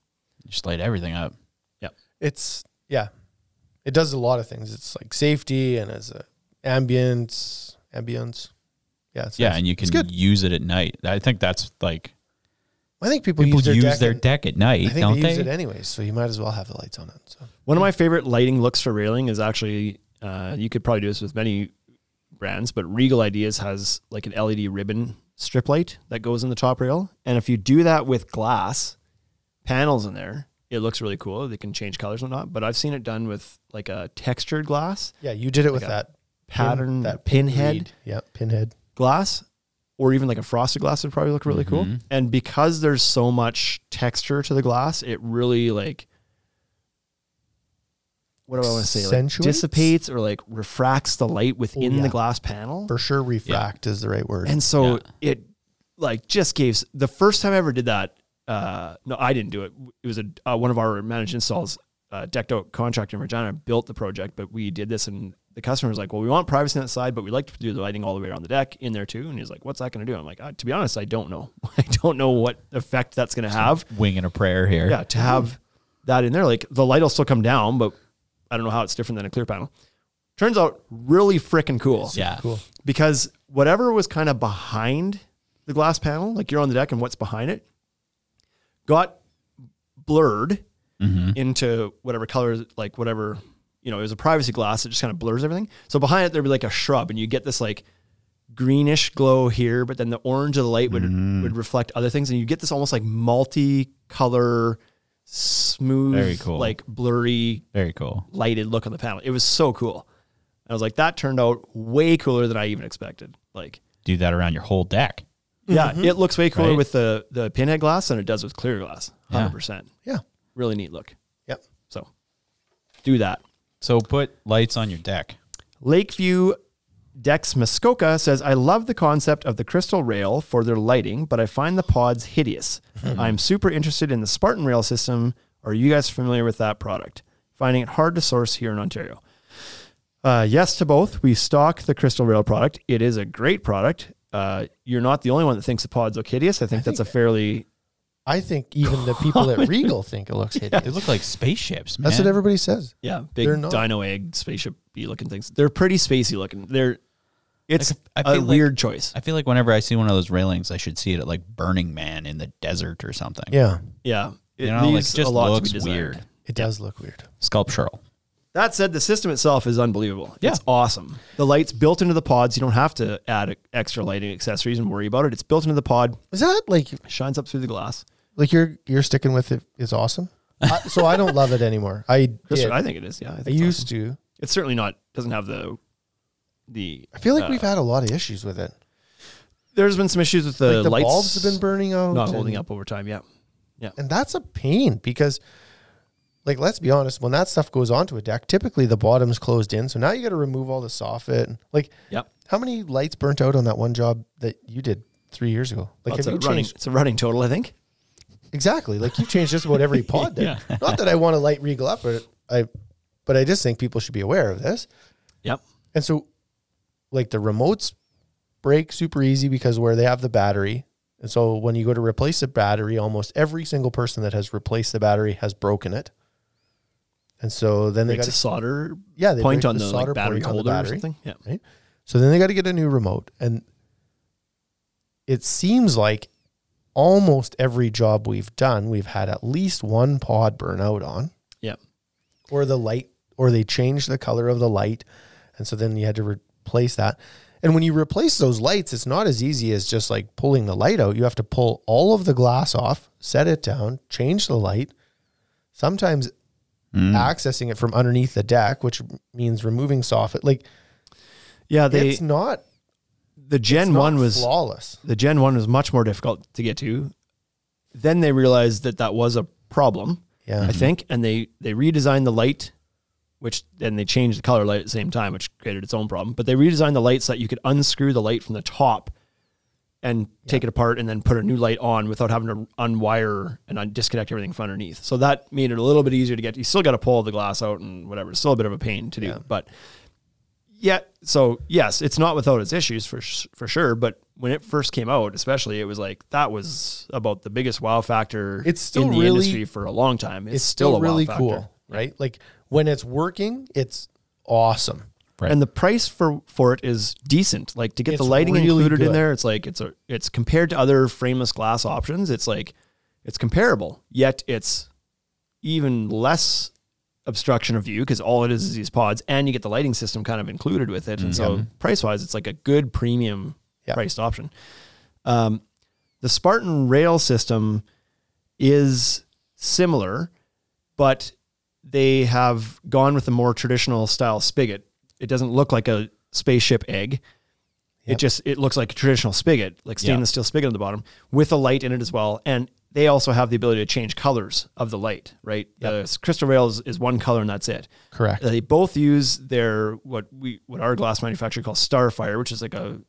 Just light everything up. Yeah. it's yeah, it does a lot of things. It's like safety and as a ambience, ambience. Yeah, it's Yeah. nice. And you It's can good. use it at night. I think that's like I think people, people use their, deck, and- at night, I think don't they they? use it anyway, so you might as well have the lights on it. So One of my favorite lighting looks for railing is actually uh, you could probably do this with many brands, but Regal Ideas has like an LED ribbon strip light that goes in the top rail. And if you do that with glass panels in there, it looks really cool. They can change colors and whatnot. But I've seen it done with like a textured glass yeah, you did it with Like a that pattern, that pinhead Yeah, pinhead. glass. or even like a frosted glass would probably look really cool. And because there's so much texture to the glass, it really like what do I want to say? Like Accentuates? dissipates or like refracts the light within yeah. the glass panel. For sure, refract is the right word. And so it like just gave s- the first time I ever did that. Uh, no, I didn't do it. It was a uh, one of our managed installs, uh, decked out contractor in Regina built the project, but we did this and the customer was like, "Well, we want privacy on that side, but we like to do the lighting all the way around the deck in there too." And he's like, "What's that going to do?" I'm like, uh, "To be honest, I don't know. I don't know what effect that's going to have." Winging a prayer here. Yeah, to have that in there, like the light will still come down, but I don't know how it's different than a clear panel. Turns out really freaking cool Yeah. Cool. because whatever was kind of behind the glass panel, like you're on the deck and what's behind it, got blurred Mm-hmm. into whatever color, like whatever, you know, it was a privacy glass. It just kind of blurs everything. So behind it, there'd be like a shrub and you get this like greenish glow here, but then the orange of the light would, Mm-hmm. would reflect other things. And you get this almost like multi-color smooth, Very cool. like blurry Very cool. lighted look on the panel. It was so cool. I was like, that turned out way cooler than I even expected. Like, Do that around your whole deck. yeah, it looks way cooler Mm-hmm. Right. with the the pinhead glass than it does with clear glass. Hundred Yeah. percent. yeah. Really neat look. Yep. So, do that. So put lights on your deck. Lakeview Dex Muskoka says, I love the concept of the crystal rail for their lighting, but I find the pods hideous. I'm super interested in the Spartan rail system. Are you guys familiar with that product? Finding it hard to source here in Ontario. Uh, yes to both. We stock the crystal rail product. It is a great product. Uh, you're not the only one that thinks the pods look hideous. I think that's a fairly I think even the people at Regal think it looks hideous. They look like spaceships, man. That's what everybody says. yeah big They're not. dino egg spaceship looking things. They're pretty spacey looking. They're it's Like, I a feel like- weird choice. I feel like whenever I see one of those railings, I should see it at like Burning Man in the desert or something. Yeah, Yeah, it You know, like, leaves just a lot looks to be desired. weird. it does look weird. Sculptural. That said, the system itself is unbelievable. Yeah. It's awesome. The light's built into the pods. You don't have to add extra lighting accessories and worry about it. It's built into the pod, Is that like shines up through the glass. like you're you're sticking with it is awesome? I, so I don't love it anymore. I Kristen, did. I I, think it is. Yeah, I think it's, used awesome. to. It's certainly not doesn't have the the. uh, I feel like we've had a lot of issues with it. There's been some issues with the, Like the lights bulbs have been burning out, not and- holding up over time. Yeah, and that's a pain because, like, let's be honest, when that stuff goes onto a deck, typically the bottom's closed in. So now you got to remove all the soffit. Like, Yep. how many lights burnt out on that one job that you did three years ago? Like, Well, it's have a you running. changed It's a running total. I think. Exactly. Like you've changed just about every pod there. Not that I want to light Regal up, but I, but I just think people should be aware of this. Yep. And so, like the remotes break super easy because where they have the battery. And so when you go to replace a battery, almost every single person that has replaced the battery has broken it. And so then they Makes got a solder yeah they point break on the, like, battery point on the holder or something. Yeah. right? So then they got to get a new remote. And it seems like almost every job we've done, we've had at least one pod burn out on, Yep. or the light, or they changed the color of the light. And so then you had to replace that. And when you replace those lights, it's not as easy as just like pulling the light out. You have to pull all of the glass off, set it down, change the light. Sometimes Mm. accessing it from underneath the deck, which means removing soffit. Like Yeah. They it's not the Gen not one was flawless. the Gen 1 was much more difficult to get to. Then they realized that that was a problem, Yeah. I think, and they they redesigned the light, which then they changed the color light at the same time, which created its own problem. But they redesigned the light so that you could unscrew the light from the top and take it apart and then put a new light on without having to unwire and un- disconnect everything from underneath. So that made it a little bit easier to get. You still got to pull the glass out and whatever. It's still a bit of a pain to do, but yeah. So yes, it's not without its issues for s- for sure. But when it first came out, especially, it was like that was about the biggest wow factor. It's still in the really- industry for a long time. It's, It's still, still, a wow really factor. cool, right? Like when it's working, it's awesome. Right. and the price for for it is decent. Like to get the It's lighting really included in good. there, it's like it's a it's compared to other frameless glass options. It's like it's comparable, yet it's even less obstruction of view because all it is is these pods, and you get the lighting system kind of included with it. And so price wise, it's like a good premium Mm-hmm. Yeah. priced option. Um, the Spartan rail system is similar, but they have gone with a more traditional style spigot. It doesn't look like a spaceship egg. It just it looks like a traditional spigot, like stainless steel spigot on the bottom with a light in it as well. And they also have the ability to change colors of the light, right? The crystal rail is, is one color and that's it. Correct. They both use their what we what our glass manufacturer calls Starfire, which is like a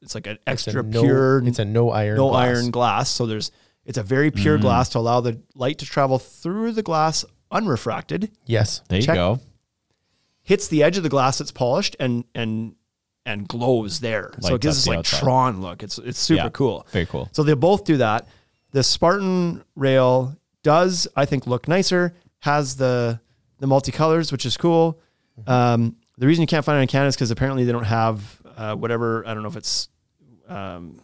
it's like an It's extra a no, pure It's a no iron. no glass. Mm. iron glass. So there's it's a very pure glass to allow the light to travel through the glass unrefracted, Yes. There you Check. go. hits the edge of the glass that's polished and and and glows there. so Lights it gives up this the like outside. Tron look. It's it's super Yeah, cool. very cool. So they both do that. The Spartan rail does I think look nicer. Has the the multicolors, which is cool. Um, the reason you can't find it in Canada is because apparently they don't have uh, whatever. I don't know if it's um,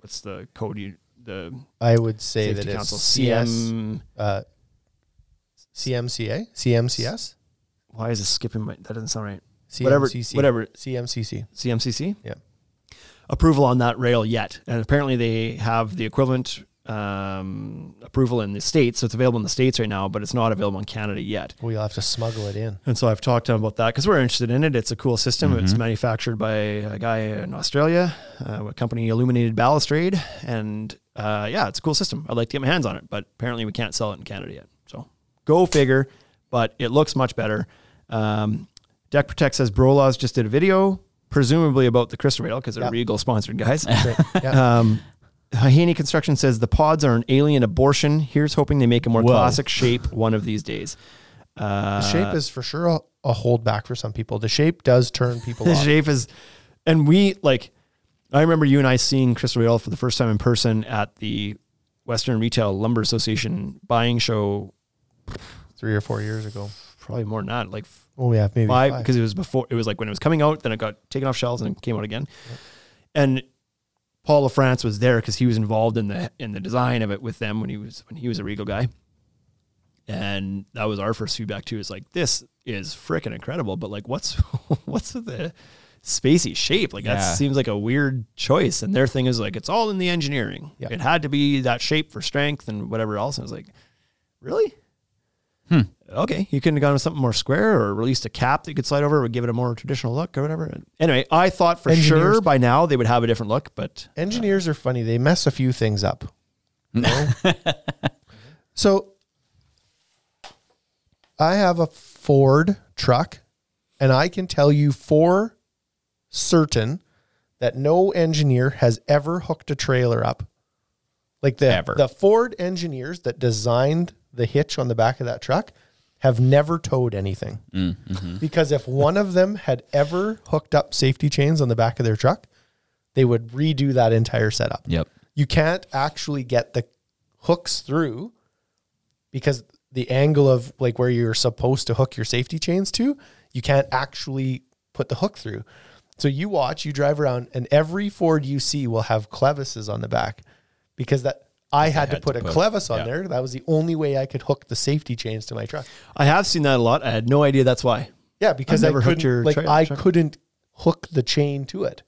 what's the code you the I would say Safety that Council, it's CS, CM. uh, CMCA, CMCS, Why is this skipping? My, that doesn't sound right. CMCC, Whatever- whatever. CMCC. CMCC Yeah. approval on that rail yet, and apparently they have the equivalent um, approval in the states, so it's available in the states right now, but it's not available in Canada yet. We'll have to smuggle it in. And so I've talked to them about that because we're interested in it. It's a cool system. It's manufactured by a guy in Australia, uh, a company Illuminated Balustrade, and uh, yeah, it's a cool system. I'd like to get my hands on it, but apparently we can't sell it in Canada yet. So go figure. But it looks much better. Um, Deck Protect says Brolas just did a video, presumably about the crystal rail because they're Yep. Regal sponsored guys. Great. Yeah. Um, Haney Construction says the pods are an alien abortion. Here's hoping they make a more Whoa. classic shape one of these days. Uh, the shape is for sure a, a holdback for some people. The shape does turn people the off. shape is, and we like. I remember you and I seeing Crystal Rail for the first time in person at the Western Retail Lumber Association buying show. three or four years ago. Probably more than that, like f- Oh, yeah, maybe five, five. because it was before. It was like when it was coming out, then it got taken off shelves and it came out again. And Paul LaFrance was there because he was involved in the in the design of it with them when he was when he was a Regal guy. And that was our first feedback too. It's like this is freaking incredible, but like, what's what's with the spacey shape? Like Yeah. that seems like a weird choice. And their thing is like it's all in the engineering. Yeah. It had to be that shape for strength and whatever else. And I was like, really? Hmm. okay, you couldn't have gone with something more square or released a cap that you could slide over or give it a more traditional look or whatever. Anyway, I thought for Engineers- sure by now they would have a different look, but Engineers are funny. They mess a few things up. you know? so I have a Ford truck, and I can tell you for certain that no engineer has ever hooked a trailer up. Like the, Ever. the Ford engineers that designed the hitch on the back of that truck have never towed anything. Because if one of them had ever hooked up safety chains on the back of their truck, they would redo that entire setup. Yep. You can't actually get the hooks through because the angle of like where you're supposed to hook your safety chains to, you can't actually put the hook through. So you watch, you drive around, and every Ford you see will have clevises on the back because that I had, to had to put a put- clevis on yeah. there. That was the only way I could hook the safety chains to my truck. I have seen that a lot. I had no idea that's why. Yeah, because I never hooked couldn't your like trailer I truck. couldn't hook the chain to it,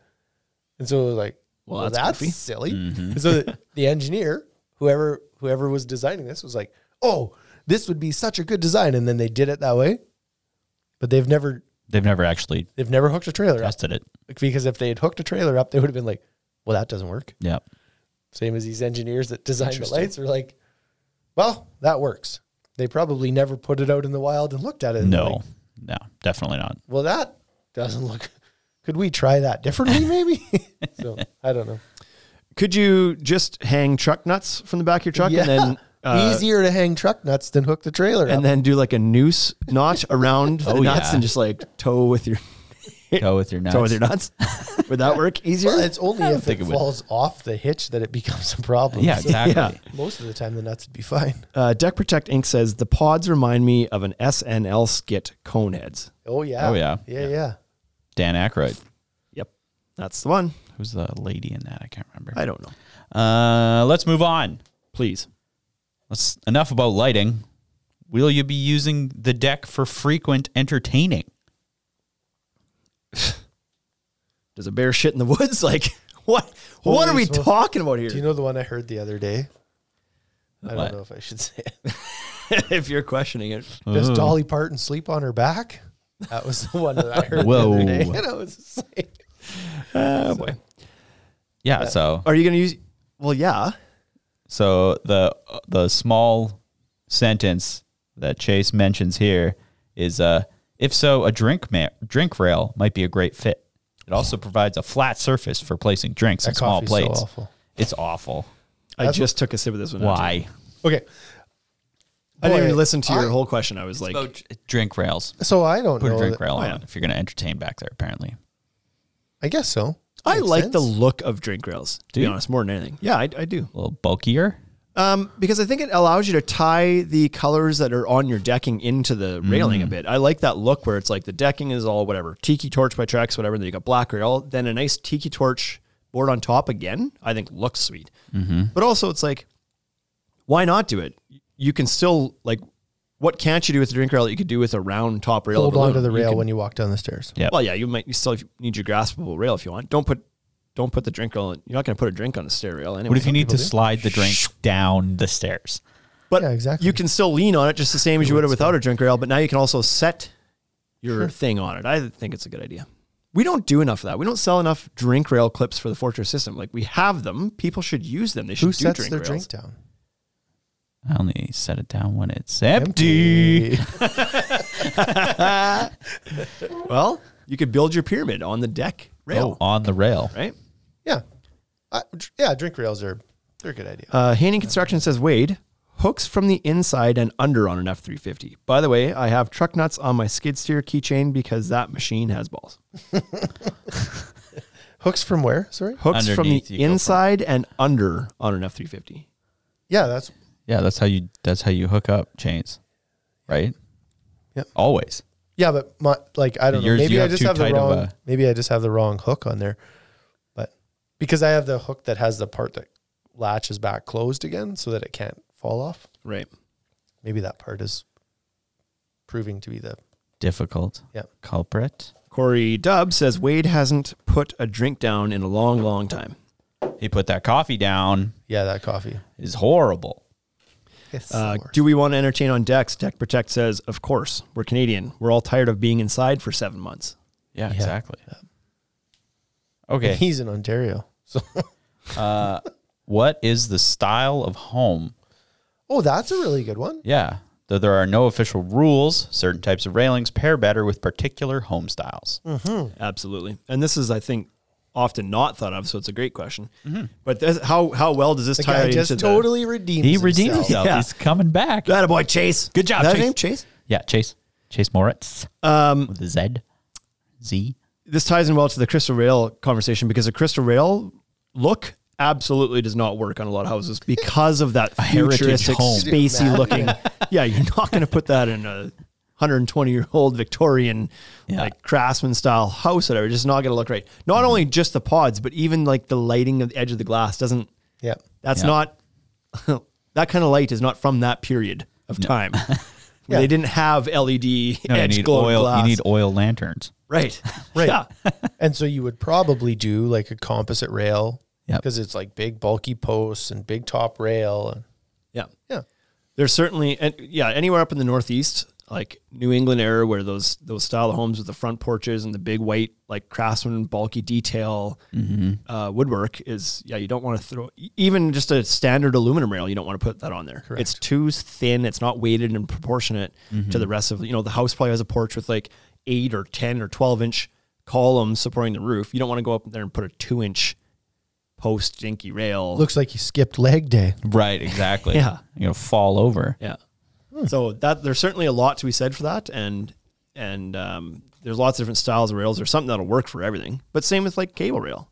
and so it was like, well, Well, that's, that's goofy." silly. And So the, the engineer, whoever whoever was designing this, was like, oh, this would be such a good design, and then they did it that way, but they've never They've never actually they've never hooked a trailer up tested it. because if they had hooked a trailer up, they would have been like, well, that doesn't work. Yep. Same as these engineers that designed the lights were like, well, that works. They probably never put it out in the wild and looked at it. and No. like, no. Definitely not. well, that doesn't look. Could we try that differently, maybe? so I don't know. Could you just hang truck nuts from the back of your truck and then uh, easier to hang truck nuts than hook the trailer. and up. then do like a noose knot around the Oh, nuts yeah. and just like toe with your Go with your nuts. toe with your nuts? Would that work easier? Well, it's only if it, think it would. falls off the hitch that it becomes a problem. Yeah, So exactly. Yeah. most of the time, the nuts would be fine. Uh, Deck Protect Inc. says the pods remind me of an SNL skit cone heads. Oh yeah. Oh, yeah. Yeah yeah. Dan Aykroyd. Yep, that's the one. Who's the lady in that? I can't remember. I don't know. Uh, let's move on. Please. Let's enough about lighting. Will you be using the deck for frequent entertaining? does a bear shit in the woods? Like what? Holy what are we smoke. talking about here? Do you know the one I heard the other day? I don't know if I should say it. if you're questioning it, Oh. Does Dolly Parton sleep on her back? That was the one that I heard the Whoa. other day, and I was just like, oh boy. yeah, so Are you going to use? Well, yeah. so the the small sentence that Chase mentions here is uh if so a drink ma- drink rail might be a great fit. It also provides a flat surface for placing drinks in small coffee's so plates. awful. It's awful. I just took a sip of this one. Why? Okay. I didn't Boy, even listen to your I- whole question. I was like, About drink rails. So I don't Put a know. drink that- rail on yeah. it if you're going to entertain back there. Apparently, I guess so. I Makes like the sense. look of drink rails. To be you? honest, more than anything. Yeah, I, I do. a little bulkier. Um, because I think it allows you to tie the colors that are on your decking into the railing Mm. a bit. I like that look where it's like the decking is all whatever tiki torch by Trex, whatever. Then you got black rail, then a nice tiki torch board on top again. I think looks sweet. Mm-hmm. But also, it's like, why not do it? You can still like, what can't you do with the drink rail that you could do with a round top rail? of Hold on to aluminum? the You rail can- when you walk down the stairs. Yep. Well, yeah, you might you still need your graspable rail if you want. Don't put don't put the drink rail. in- You're not going to put a drink on a stair rail anyway. What if you need to slide the drink down the stairs? But Yeah, exactly. you can still lean on it just the same as you would have without a drink rail, but now you can also set your thing on it. I think it's a good idea. We don't do enough of that. We don't sell enough drink rail clips for the Fortress system. Like we have them. People should use them. They should Who do sets drink their rails. drink down? I only set it down when it's empty. Well, you could build your pyramid on the deck rail, Oh, on the rail. right? Yeah. I, dr- yeah, drink rails are they're a good idea. Uh, Hanning Construction says, Wade, hooks from the inside and under on an F 350. By the way, I have truck nuts on my skid steer keychain because that machine has balls. Hooks from where? Sorry? Hooks from the Underneath you go from- inside and under on an F 350. Yeah, that's Yeah, that's how you that's how you hook up chains, right? Yep. Always. Yeah, but my like I don't Yours- know. Maybe you I have just too have the tight of wrong. a- Maybe I just have the wrong hook on there, but because I have the hook that has the part that latches back closed again, so that it can't fall off. Right. Maybe that part is proving to be the Difficult. Yep. Culprit. Corey Dubb says, Wade hasn't put a drink down in a long, long time. He put that coffee down. yeah that coffee. Is horrible. It's Uh, the worst. do we want to entertain on decks? Deck Protect says, Of course. We're Canadian. We're all tired of being inside for seven months. Yeah, exactly. Okay. He's in Ontario, so what is the style of home? oh, that's a really good one. Yeah. Though there are no official rules, certain types of railings pair better with particular home styles. Absolutely. And this is, I think, often not thought of, so it's a great question. But this, how how well does this Mm-hmm. The tie guy into just the- totally redeems. He redeemed himself. Yeah. He's coming back. That boy, Chase. Good job, Is that Chase. his name Chase. Yeah, Chase. Chase Moritz. Um with a Z. Z. This ties in well to the crystal rail conversation because a crystal rail look absolutely does not work on a lot of houses because of that heritage futuristic, home. spacey looking. yeah, you're not going to put that in a 120 year old Victorian Yeah. like craftsman style house, whatever. It's Just not going to look right. Not only just the pods, but even like the lighting of the edge of the glass doesn't. Yeah, That's Yeah. not that kind of light is not from that period of time. Where They didn't have LED No, edge you need glow oil. glass. You need oil lanterns. right, Right. Yeah. and so you would probably do like a composite rail Yep. because it's like big bulky posts and big top rail. And, yeah, yeah, There's certainly and yeah, anywhere up in the northeast, like New England era, where those those style of homes with the front porches and the big white like craftsman bulky detail uh, woodwork is yeah, you don't want to throw e, even just a standard aluminum rail. You don't want to put that on there. It's too thin. It's not weighted and proportionate to the rest of you know the house probably has a porch with like eight or ten or twelve inch columns supporting the roof. You don't want to go up there and put a two inch post dinky rail. looks like you skipped leg day. Right, exactly. Yeah. You're gonna fall over. Yeah. Hmm. So that there's certainly a lot to be said for that, and and um, there's lots of different styles of rails. There's something that'll work for everything. But same with like cable rail.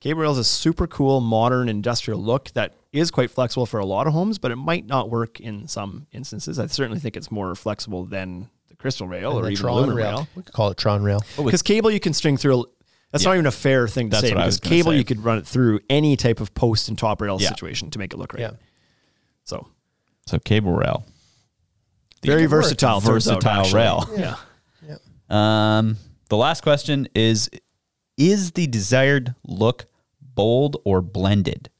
Cable rail is a super cool, modern, industrial look that is quite flexible for a lot of homes, but it might not work in some instances. I certainly think it's more flexible than the crystal rail or The even Tron aluminum rail. rail. We could call it Tron rail. Because cable you can string through. A, that's not even a fair thing to That's say what I because was gonna cable say. you could run it through any type of post and top rail Yeah. situation to make it look right. Yeah. So So cable rail. very versatile, turns out, Versatile actually. rail. yeah. Um the last question is is the desired look bold or blended?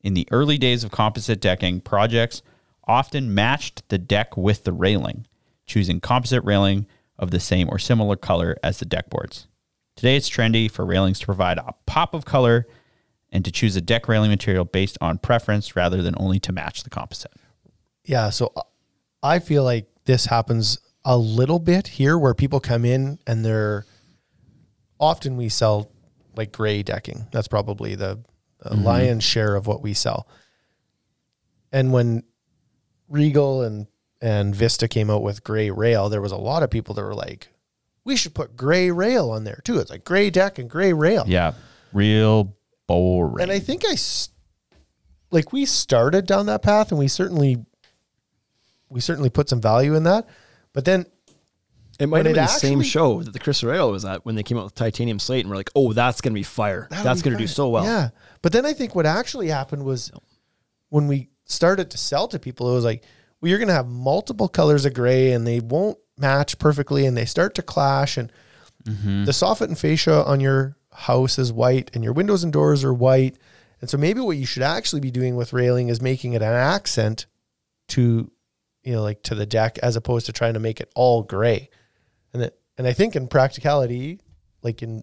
In the early days of composite decking, projects often matched the deck with the railing, choosing composite railing of the same or similar color as the deck boards. Today it's trendy for railings to provide a pop of color and to choose a deck railing material based on preference rather than only to match the composite. Yeah. So uh, I feel like this happens a little bit here where people come in and they're often we sell like gray decking. That's probably the uh, lion's share of what we sell. And when Regal and and Vista came out with gray rail, there was a lot of people that were like, we should put gray rail on there too. It's like gray deck and gray rail. Yeah, real boring. And I think I, s- like, we started down that path, and we certainly, we certainly put some value in that. But then, It might But have it been the same actually- show that the Chris Rail was at when they came out with titanium slate, and we're like, "Oh, that's gonna be fire. that'll that's be gonna do fine. so well." Yeah. But then I think what actually happened was when we started to sell to people, it was like, well, you're going to have multiple colors of gray, and they won't match perfectly, and they start to clash, and the soffit and fascia on your house is white, and your windows and doors are white. And so maybe what you should actually be doing with railing is making it an accent to you know like to the deck as opposed to trying to make it all gray and that and i think in practicality like in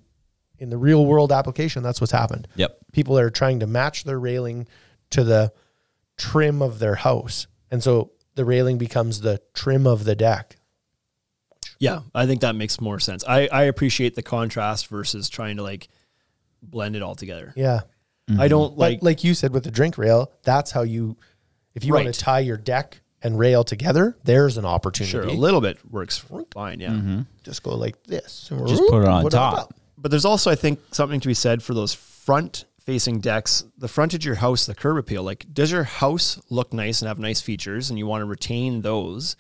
in the real world application that's what's happened Yep. people are trying to match their railing to the trim of their house and so the railing becomes the trim of the deck Yeah, I think that makes more sense. I, I appreciate the contrast versus trying to like blend it all together. yeah I don't like like, but like you said with the drink rail that's how you if you Right. want to tie your deck and rail together there's an opportunity sure a little bit works fine. Yeah, just go like this Just put it on top. but there's also I think something to be said for those front facing decks. The frontage of your house, the curb appeal. Like, does your house look nice and have nice features, and you want to retain those?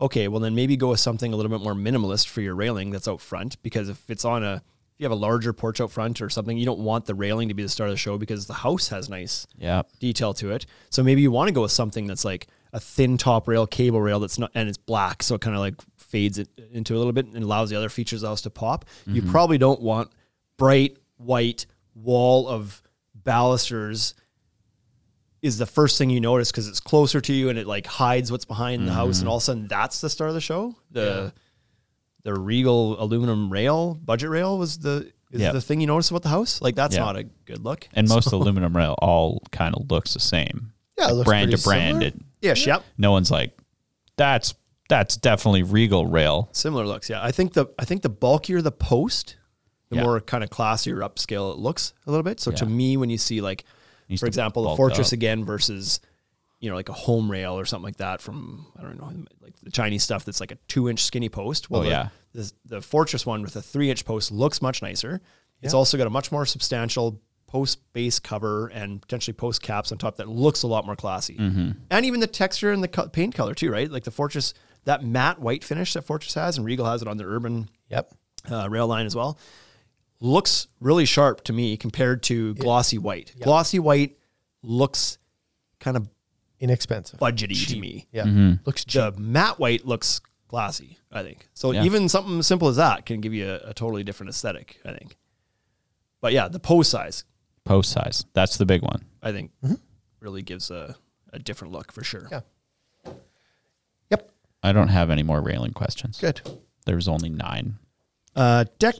Okay, well then maybe go with something a little bit more minimalist for your railing that's out front because if it's on a if you have a larger porch out front or something, you don't want the railing to be the star of the show because the house has nice Yep. detail to it. So maybe you want to go with something that's like a thin top rail, cable rail that's not, and it's black. So it kind of like fades it into a little bit and allows the other features of the house to pop. You Mm-hmm. probably don't want bright white wall of balusters is the first thing you notice because it's closer to you and it like hides what's behind the house Mm-hmm. and all of a sudden that's the star of the show. The the regal aluminum rail, budget rail was the is Yeah. the thing you notice about the house. Like that's Yeah. not a good look. And most aluminum rail all kind of looks the same. Yeah, it looks brand to pretty brand. similar. It, yeah, sh- yep. no one's like, that's that's definitely Regal rail. similar looks. Yeah, I think the I think the bulkier the post, the Yeah. more kind of classier upscale it looks a little bit. So to me, when you see like, Needs for to example, a bulk fortress up. again versus, you know, like a home rail or something like that from I don't know, like the Chinese stuff that's like a two inch skinny post. Well, Oh, the, yeah. the, the fortress one with a three inch post looks much nicer. It's also got a much more substantial post base cover and potentially post caps on top that looks a lot more classy. Mm-hmm. And even the texture and the co- paint color too, right? Like the fortress, that matte white finish that fortress has, and Regal has it on their urban yep uh, rail line as well, looks really sharp to me compared to glossy white. Glossy white looks kind of inexpensive budgety to me. yeah looks cheap. The matte white looks glossy, I think. So Yeah. even something as simple as that can give you a, a totally different aesthetic, I think. But yeah, the pose size, Post size. That's the big one. I think, really gives a, a different look for sure. Mm-hmm. Yeah. yep I don't have any more railing questions. good There was only nine. Uh, Deck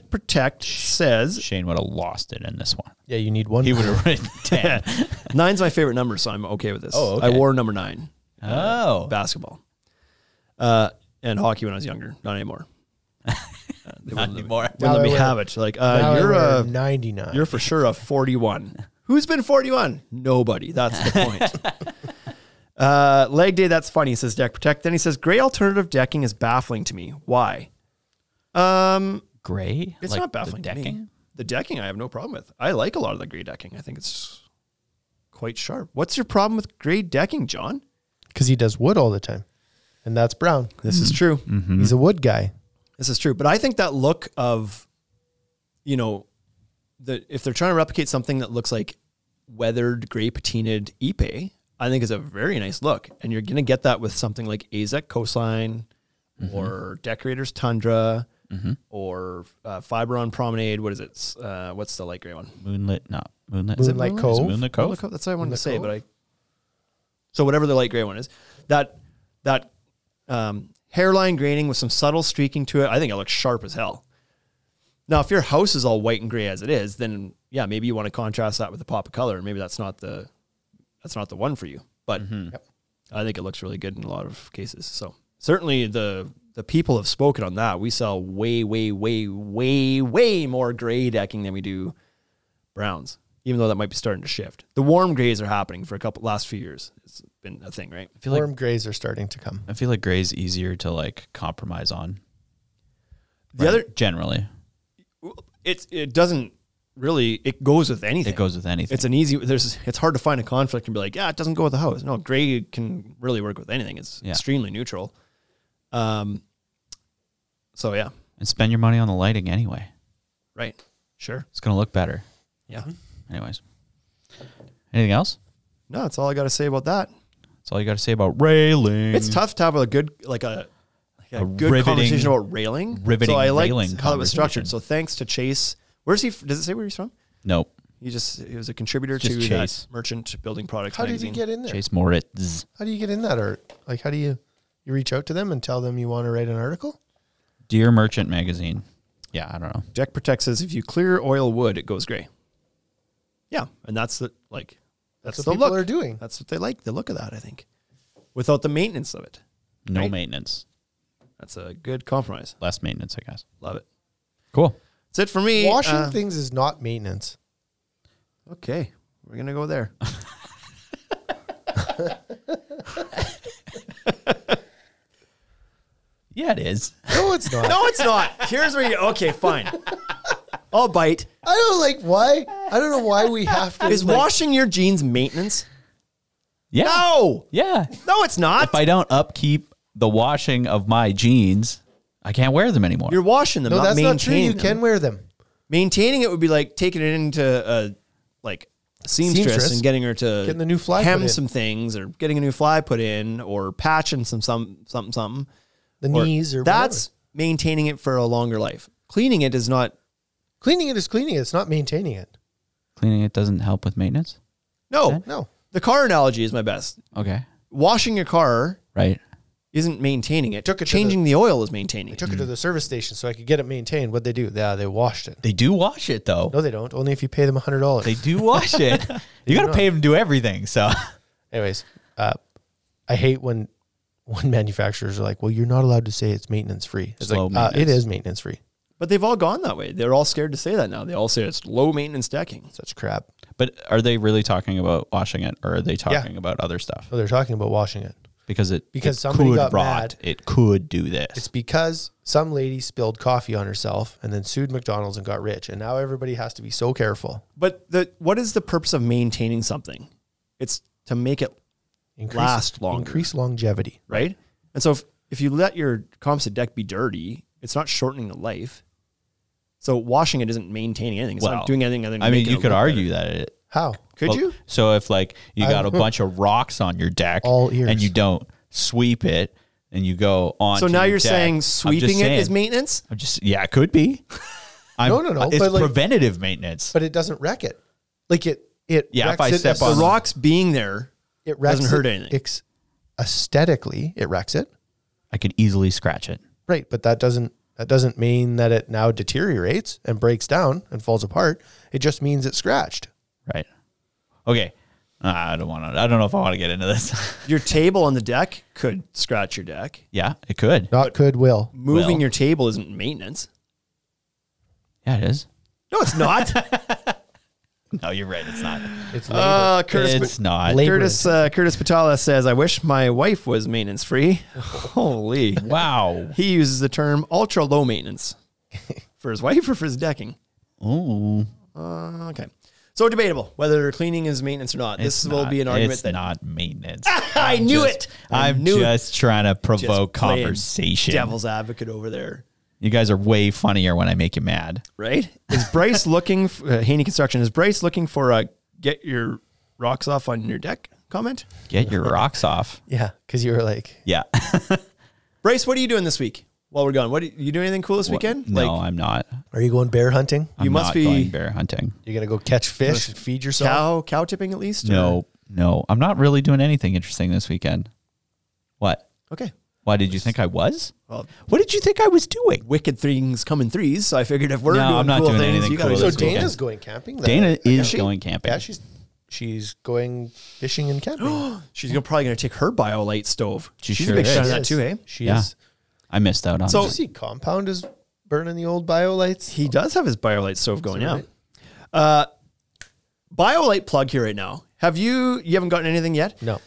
Protect says Shane would have lost it in this one. yeah you need one He would have written 10. nine's my favorite number, so I'm okay with this. Oh, I okay. wore number nine. Ah. oh. basketball uh, and hockey when I was younger. Not anymore. Uh, they wouldn't let me- anymore. Wouldn't Now let me I wear- have it. Like Now uh, I you're wear a 99 you're for sure a 41. Who's been 41? Nobody. That's the point. uh, leg day. That's funny. Says deck protect. Then he says gray alternative decking is baffling to me. Why? Gray? It's Like not the baffling to decking? me. The decking I have no problem with. I like a lot of the gray decking. I think it's quite sharp. What's your problem with gray decking, John? because he does wood all the time and that's brown This is true. he's a wood guy This is true, but I think that look of, you know, the if they're trying to replicate something that looks like weathered gray patinaed ipe, I think is a very nice look, and you're gonna get that with something like Azek Coastline, or Decorators Tundra, or uh, Fibron Promenade. What is it? S- Uh, what's the light gray one? Moonlit, not Moonlight Moonlit. Is it Is it Cove? Moonlit Cove? Look up- That's what I wanted to say, Nicole? but I. So whatever the light gray one is, that that um, hairline graining with some subtle streaking to it, I think it looks sharp as hell. Now, if your house is all white and gray as it is, then yeah, maybe you want to contrast that with a pop of color, and maybe that's not the that's not the one for you. But Mm-hmm. I think it looks really good in a lot of cases. So certainly the the people have spoken on that. We sell way, way, way, way, way more gray decking than we do browns, even though that might be starting to shift. The warm grays are happening for a couple last few years. It's been a thing, right? like- Warm grays are starting to come. I feel like gray's easier to like compromise on. The other generally, it's it doesn't really it goes with anything. it goes with anything. It's an easy. There's. It's hard to find a conflict and be like, yeah, it doesn't go with the house. No, gray can really work with anything. It's Yeah. extremely neutral. Um. So yeah, and spend your money on the lighting anyway. right. Sure. It's gonna look better. Mm-hmm. Yeah. Anyways, anything else? No, that's all I got to say about that. That's all you got to say about railing. It's tough to have a good like a like a, Mm. A good riveting- conversation about railing. riveting So I liked railing how it was structured. conversation. So thanks to Chase. Where's he? f- Does it say where he's from? Nope. He just he was a contributor Just to Chase. that merchant building products. How did you magazine. get in there? Chase Moritz. How do you get in that art? Like, how do you you reach out to them and tell them you want to write an article? Dear Merchant Magazine. Yeah, I don't know. Jack Protect says if you clear oil wood, it goes gray. Yeah, and that's the like that's, That's what the people look. Uh, are doing. That's what they like the look of that. I think without the maintenance of it, No Right. maintenance. that's a good compromise. Less maintenance, I guess. Love it. Cool. That's it for me. Washing Uh, things is not maintenance. okay, we're gonna go there. Yeah, it is. No, it's not. no, it's not. Here's where you. Okay, fine. I'll bite. I don't like why. I don't know why we have to. Is like, washing your jeans maintenance? Yeah. No, Yeah. no, it's not. If I don't upkeep the washing of my jeans, I can't wear them anymore. You're washing them. No, not that's not true. maintaining You them. can wear them. maintaining it would be like taking it into a like seamstress, Seamstress. and getting her to Getting the new fly hem put in. some things or getting a new fly put in or patching some some something something The Or- knees or that's maintaining it for a longer life cleaning it is not whatever. cleaning it is cleaning it. It's not maintaining it. Cleaning it doesn't help with maintenance. no No, the car analogy is my best Okay. washing your car Right. isn't maintaining it, took it to changing the, oil is maintaining I it took it to the service station so I could get it maintained. What would they do? Yeah, they washed it. They do wash it though. No, they don't. Only if you pay them hundred dollars. They do wash it. you got to pay them to do everything. So Anyways, uh, I hate when when manufacturers are like, "Well, you're not allowed to say it's maintenance free." It's Slow like uh, it maintenance. is maintenance free. but they've all gone that way they're all scared to say that now they all say it's low maintenance decking Such crap. But are they really talking about washing it or are they talking about other stuff? So they're talking about washing it. Because it Because it somebody could got rot. mad. It could do this. It's because some lady spilled coffee on herself and then sued McDonald's and got rich, and now everybody has to be so careful. but the what is the purpose of maintaining something it's to make it Increase, Last longer. Increase longevity. right? And so if, if you let your composite deck be dirty, it's not shortening the life. So washing it isn't maintaining anything. It's Well, not doing anything other than I mean, making you it could look argue that it How? better. Could Well, you? So if like you got a I- bunch of rocks on your deck, All ears. and you don't sweep it, and you go on. So to now your you're deck, I'm saying just sweeping it is saying- maintenance? I'm just yeah, it could be. I'm, No, no, no, It's but, like- preventative maintenance. But it doesn't wreck it. Like it. It Yeah, if wrecks I it step as- on- The rocks being there. it wrecks doesn't hurt it anything. ex- aesthetically, it wrecks it. I could easily scratch it. Right, but that doesn't that doesn't mean that it now deteriorates and breaks down and falls apart. It just means it's scratched. Right. Okay. Ah, I don't want to. I don't know if I want to get into this. Your table on the deck could scratch your deck. yeah, it could. Not could will. Moving Well. your table isn't maintenance. Yeah, it is. No, it's not. No, you're right. It's not. It's labor. uh, Curtis, it's not. labor Curtis, uh, Curtis Patala says, I wish my wife was maintenance free. Holy. Wow. He uses the term ultra low maintenance for his wife or for his decking. Ooh. Okay. So debatable whether cleaning is maintenance or not. It's this will not- be an argument it's that not maintenance. I knew Just- it. I'm knew it. just trying to provoke playing conversation. Devil's advocate over there, You guys are way funnier when I make you mad. right? Is Bryce looking for, uh, Haney Construction? Is Bryce looking for a get your rocks off on your deck comment? Get your rocks off. yeah, because you were like, Yeah. Bryce, what are you doing this week while we're gone? What you doing anything cool this weekend? no, like I'm not. "Are you going bear hunting? I'm must not be- going bear hunting. You're gonna go catch fish and feed yourself?" cow cow tipping at least? or- No, no, I'm not really doing anything interesting this weekend. What? Okay. Why did you think I was? What did you think I was doing? Wicked things come in threes, so I figured if we're No, doing I'm not cool doing things, anything you gotta cool So do this cool. weekend. Dana's going camping. That Dana night. is going camping. Yeah, she's she's going fishing and camping. She's gonna, probably going to take her BioLite stove. She She's sure a big is. shot of She that is. too, eh? She Yeah. is. I missed out on. Did So- you see Compound is burning the old bio lights? He does have his BioLite stove going, yeah. right? Uh, BioLite plug here right now. Have you, you haven't gotten anything yet? No,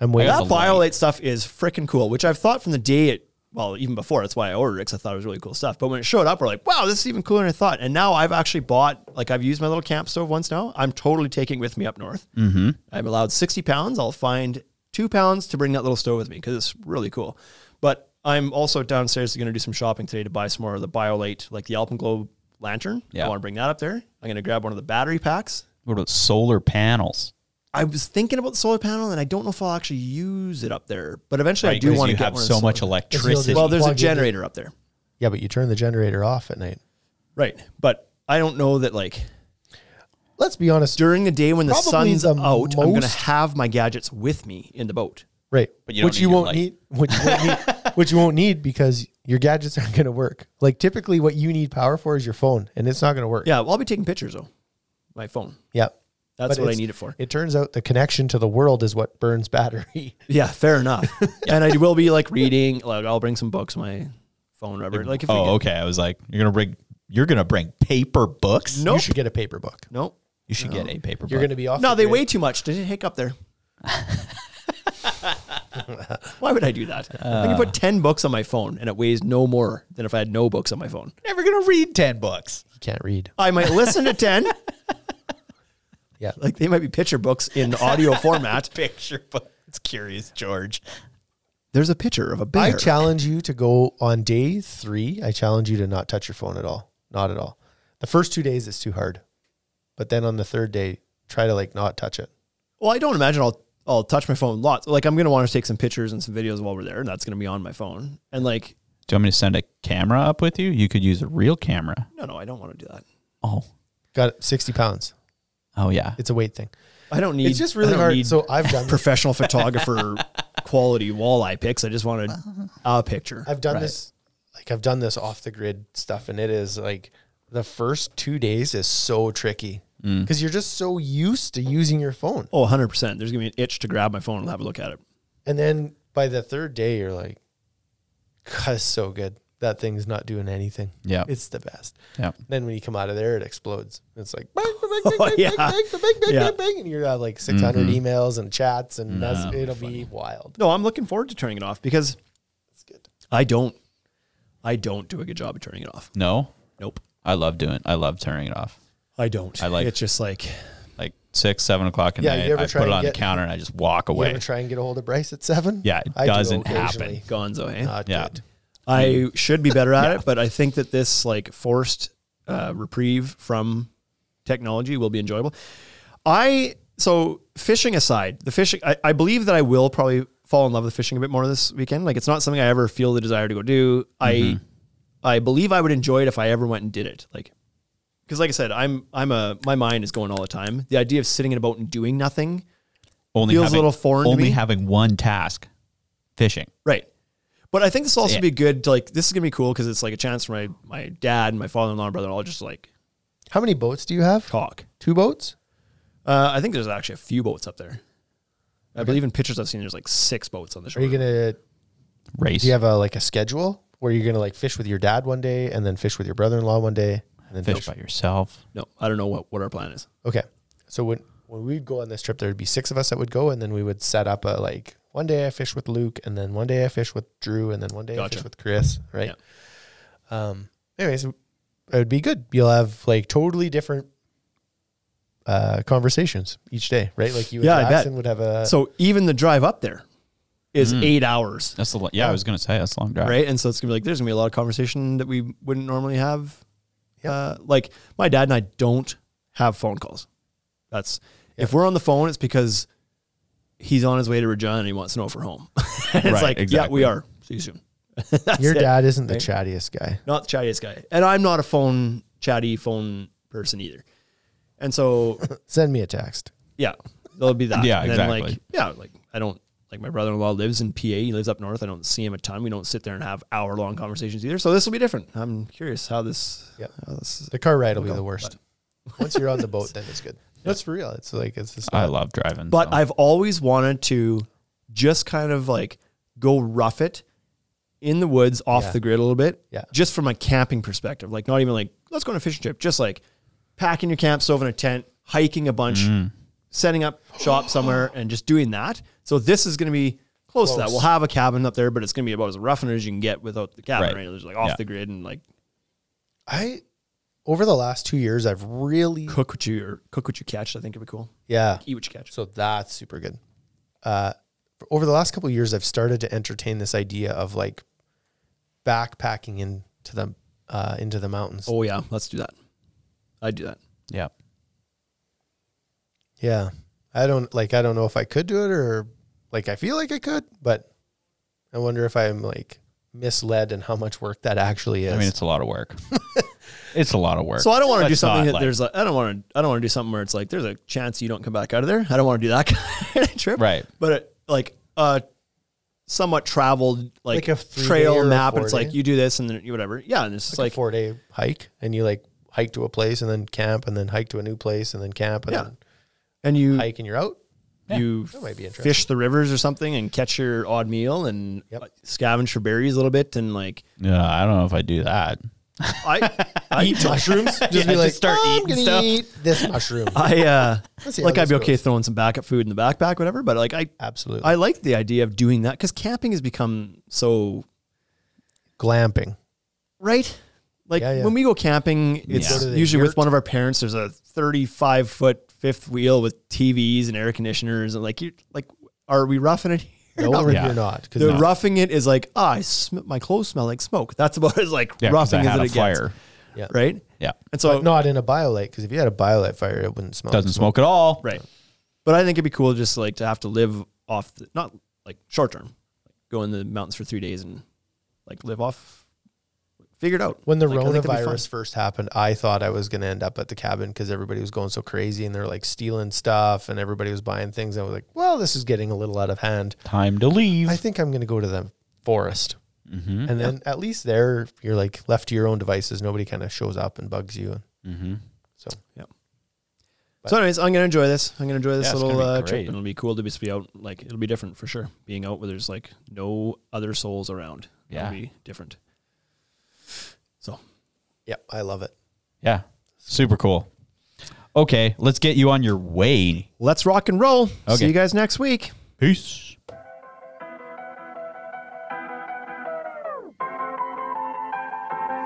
I'm waiting. That the light. BioLite stuff is freaking cool, which I've thought from the day it, well, even before, that's why I ordered it because I thought it was really cool stuff. But when it showed up, we're like, wow, this is even cooler than I thought. And now I've actually bought, like, I've used my little camp stove once now. I'm totally taking it with me up north. Mm-hmm. I'm allowed 60 pounds. I'll find two pounds to bring that little stove with me because it's really cool. But I'm also downstairs going to do some shopping today to buy some more of the BioLite, like the Alpenglow lantern. Yeah. I want to bring that up there. I'm going to grab one of the battery packs. what about solar panels? I was thinking about the solar panel, and I don't know if I'll actually use it up there. But eventually, I Right, do 'cause want to you get have one of so the much solar- electricity. Well, there's Plug a in the- generator up there, Yeah, but you turn the generator off at night. right? But I don't know that like Let's be honest. during the day when the Probably sun's the out, I'm going to most- have my gadgets with me in the boat. Right. But you don't which need you your won't light. need which you won't need which you won't need because your gadgets aren't gonna work. Like typically what you need power for is your phone and it's not gonna work. Yeah, well, I'll be taking pictures though. My phone. Yeah. That's what I it's- need it for. It turns out the connection to the world is what burns battery. Yeah, fair enough. And I will be like reading. Like I'll bring some books, my phone, rubber. Like if we Oh, get- okay. I was like, you're gonna bring you're gonna bring paper books. Nope. You should get a paper book. nope. you should get a paper. You're book. gonna be off. No, the they grid. weigh too much. Did it hiccup there? Why would I do that? I can put 10 books on my phone and it weighs no more than if I had no books on my phone. never gonna read ten books. You can't read. I might listen to 10. Yeah. Like they might be picture books in audio format. Picture books. Curious George. There's a picture of a bear. I challenge you to go on day three. I challenge you to not touch your phone at all. Not at all. The first two days it's too hard. But then on the third day, try to like not touch it. well, I don't imagine I'll I'll touch my phone lots. Like I'm gonna want to take some pictures and some videos while we're there, and that's gonna be on my phone. And like, Do you want me to send a camera up with you? You could use a real camera. no, no, I don't want to do that. Oh, Got sixty pounds. oh yeah. It's a weight thing. I don't need. it's just I really don't hard. need So I've done professional photographer quality walleye pics. I just wanted a picture. I've done this like I've done this off the grid stuff and it is like the first 2 days is so tricky Mm. cuz you're just so used to using your phone. Oh, 100%. There's going to be an itch to grab my phone and have a look at it. And then by the third day you're like God, it's so good. That thing's not doing anything. Yeah. It's the best. Yeah. Then when you come out of there, it explodes. It's like, bang, bang, bang, Oh, bang, yeah. bang, bang, bang, bang, Yeah. bang, bang, and you're at like Mm-hmm. 600 emails and chats, and that's, it'll be wild. No, I'm looking forward to turning it off because I don't I don't do a good job of turning it off. No, Nope. I love doing. I love turning it off. I don't. I like- it's just like Like six, seven o'clock at Yeah, night. you ever I try put it and on get- the counter and I just walk You away. ever try and get a hold of Bryce at seven? Yeah, it I do doesn't occasionally. happen. gonzo, eh? Not Yeah. good. I should be better at it, but I think that this like forced uh, reprieve from technology will be enjoyable. I so fishing aside, the fishing I, I believe that I will probably fall in love with fishing a bit more this weekend. Like it's not something I ever feel the desire to go do. I I believe I would enjoy it if I ever went and did it. Like because like I said, I'm I'm a my mind is going all the time. The idea of sitting in a boat and doing nothing, only feels a having, little foreign to Only me. having one task, fishing. Right. But I think this will also Yeah. be good. To, like this is gonna be cool because it's like a chance for my my dad and my father in law and brother in law just like How many boats do you have? talk. Two boats? Uh, I think there's actually a few boats up there. I believe in pictures I've seen there's like six boats on the Are shore. you gonna? Do Race. you have a like a schedule where you're gonna like fish with your dad one day, and then fish with your brother-in-law one day, and then fish by yourself. no, I don't know what, what our plan is. Okay. So when when we'd go on this trip, there'd be six of us that would go, and then we would set up a like one day I fish with Luke, and then one day I fish with Drew, and then one day I Gotcha. fish with Chris, right? Um. Anyways, it would be good. You'll have like totally different uh conversations each day, right? Like you and Yeah, I bet. Jackson would have a So even the drive up there is Hmm. eight hours, That's the lo- yeah. I was gonna say that's a long drive. right? And so it's gonna be like there's gonna be a lot of conversation that we wouldn't normally have. Uh, like my dad and I don't have phone calls. That's if we're on the phone, it's because he's on his way to Regina and he wants to know if we're home. and it's Right, like, yeah, exactly. we are. See you soon. your dad isn't the chattiest guy. not the chattiest guy. And I'm not a phone chatty phone person either. And so Send me a text. yeah, there'll be that. Yeah, and exactly. like yeah, like I don't like my brother-in-law lives in PA. He lives up north. I don't see him a ton. We don't sit there and have hour-long conversations either. So this will be different. I'm curious how this. Yep. How this The car ride will be the worst. Once you're on the boat, then it's good. That's for real. It's like it's. Just I love driving. but so. I've always wanted to just kind of like go rough it in the woods off Yeah. the grid a little bit. Yeah. Just from a camping perspective. Like not even like let's go on a fishing trip. Just like packing your camp stove in a tent, hiking a bunch, setting up shop somewhere and just doing that. So this is gonna be close, to that. Close. We'll have a cabin up there, but it's gonna be about as rough and as you can get without the cabin, Right. right? There's like off Yeah. the grid and like I over the last two years, I've really cook what you or cook what you catch, I think it'd be cool. yeah. Eat what you catch. So that's super good. Uh, for- over the last couple of years, I've started to entertain this idea of like backpacking into the uh, into the mountains. Oh yeah, let's do that. I'd do that. yeah, Yeah, I don't like. I don't know if I could do it or like I feel like I could, but I wonder if I'm like misled and how much work that actually is. I mean it's a lot of work. it's a lot of work. So I don't want to do Let's not, something that like- there's like I don't want to I don't want to do something where it's like there's a chance you don't come back out of there. I don't want to do that kind of trip. Right. But it, like uh somewhat traveled Like like, a three-day or trail a map and it's like four-day? you do this and then you whatever. Yeah, and it's just like, like, a four day hike, and you like hike to a place and then camp and then hike to a new place and then camp and Yeah. then and you hike and you're out. you might be interesting. fish the rivers or something and catch your odd meal and Yep. uh, scavenge for berries a little bit and like Yeah, I don't know if I do that. I I eat mushrooms. Just Yeah, just start "Oh, eating stuff." eat this mushroom. I uh see how like I'd be this okay goes. throwing some backup food in the backpack, whatever. But like I Absolutely, I like the idea of doing that because camping has become so glamping. right? Like Yeah, yeah. when we go camping, Go it's to the usually with yurt. one of our parents. There's a 35 foot fifth wheel with TVs and air conditioners, and like you, like, are we roughing it? Here? No, Not you're really. Yeah. not. Because The roughing it is like ah, I sm- my clothes smell like smoke. That's about as like Yeah, 'cause roughing I as had it a gets, fire. right? Yeah, And so not in a biolite. Because if you had a biolite fire, it wouldn't smell. doesn't smoke at all. right, but I think it'd be cool just like to have to live off the, not like short term, like go in the mountains for three days and like live off, figure it out. When the Like, I think that'd be fun. coronavirus first happened, I thought I was going to end up at the cabin because everybody was going so crazy and they're like stealing stuff and everybody was buying things. I was like, well, this is getting a little out of hand. Time to leave. I think I'm going to go to the forest. And then at least there, you're like left to your own devices. Nobody kind of shows up and bugs you. So So, anyways, I'm gonna enjoy this. I'm gonna enjoy this Yeah, it's little gonna be uh, trip, great. and it'll be cool to just be out. Like, it'll be different for sure. Being out where there's like no other souls around, Yeah. it'll be different. So, yeah, I love it. Yeah, super cool. Okay, let's get you on your way. let's rock and roll. See Okay. you guys next week. Peace.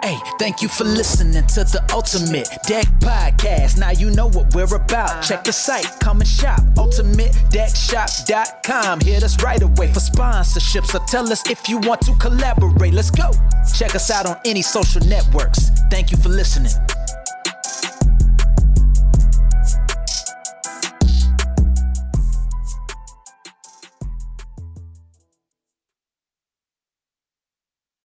Hey, thank you for listening to the Ultimate Deck Podcast. Now you know what we're about. Check the site, come and shop. UltimateDeckShop.com. Hit us right away for sponsorships. So tell us if you want to collaborate. Let's go. Check us out on any social networks. Thank you for listening.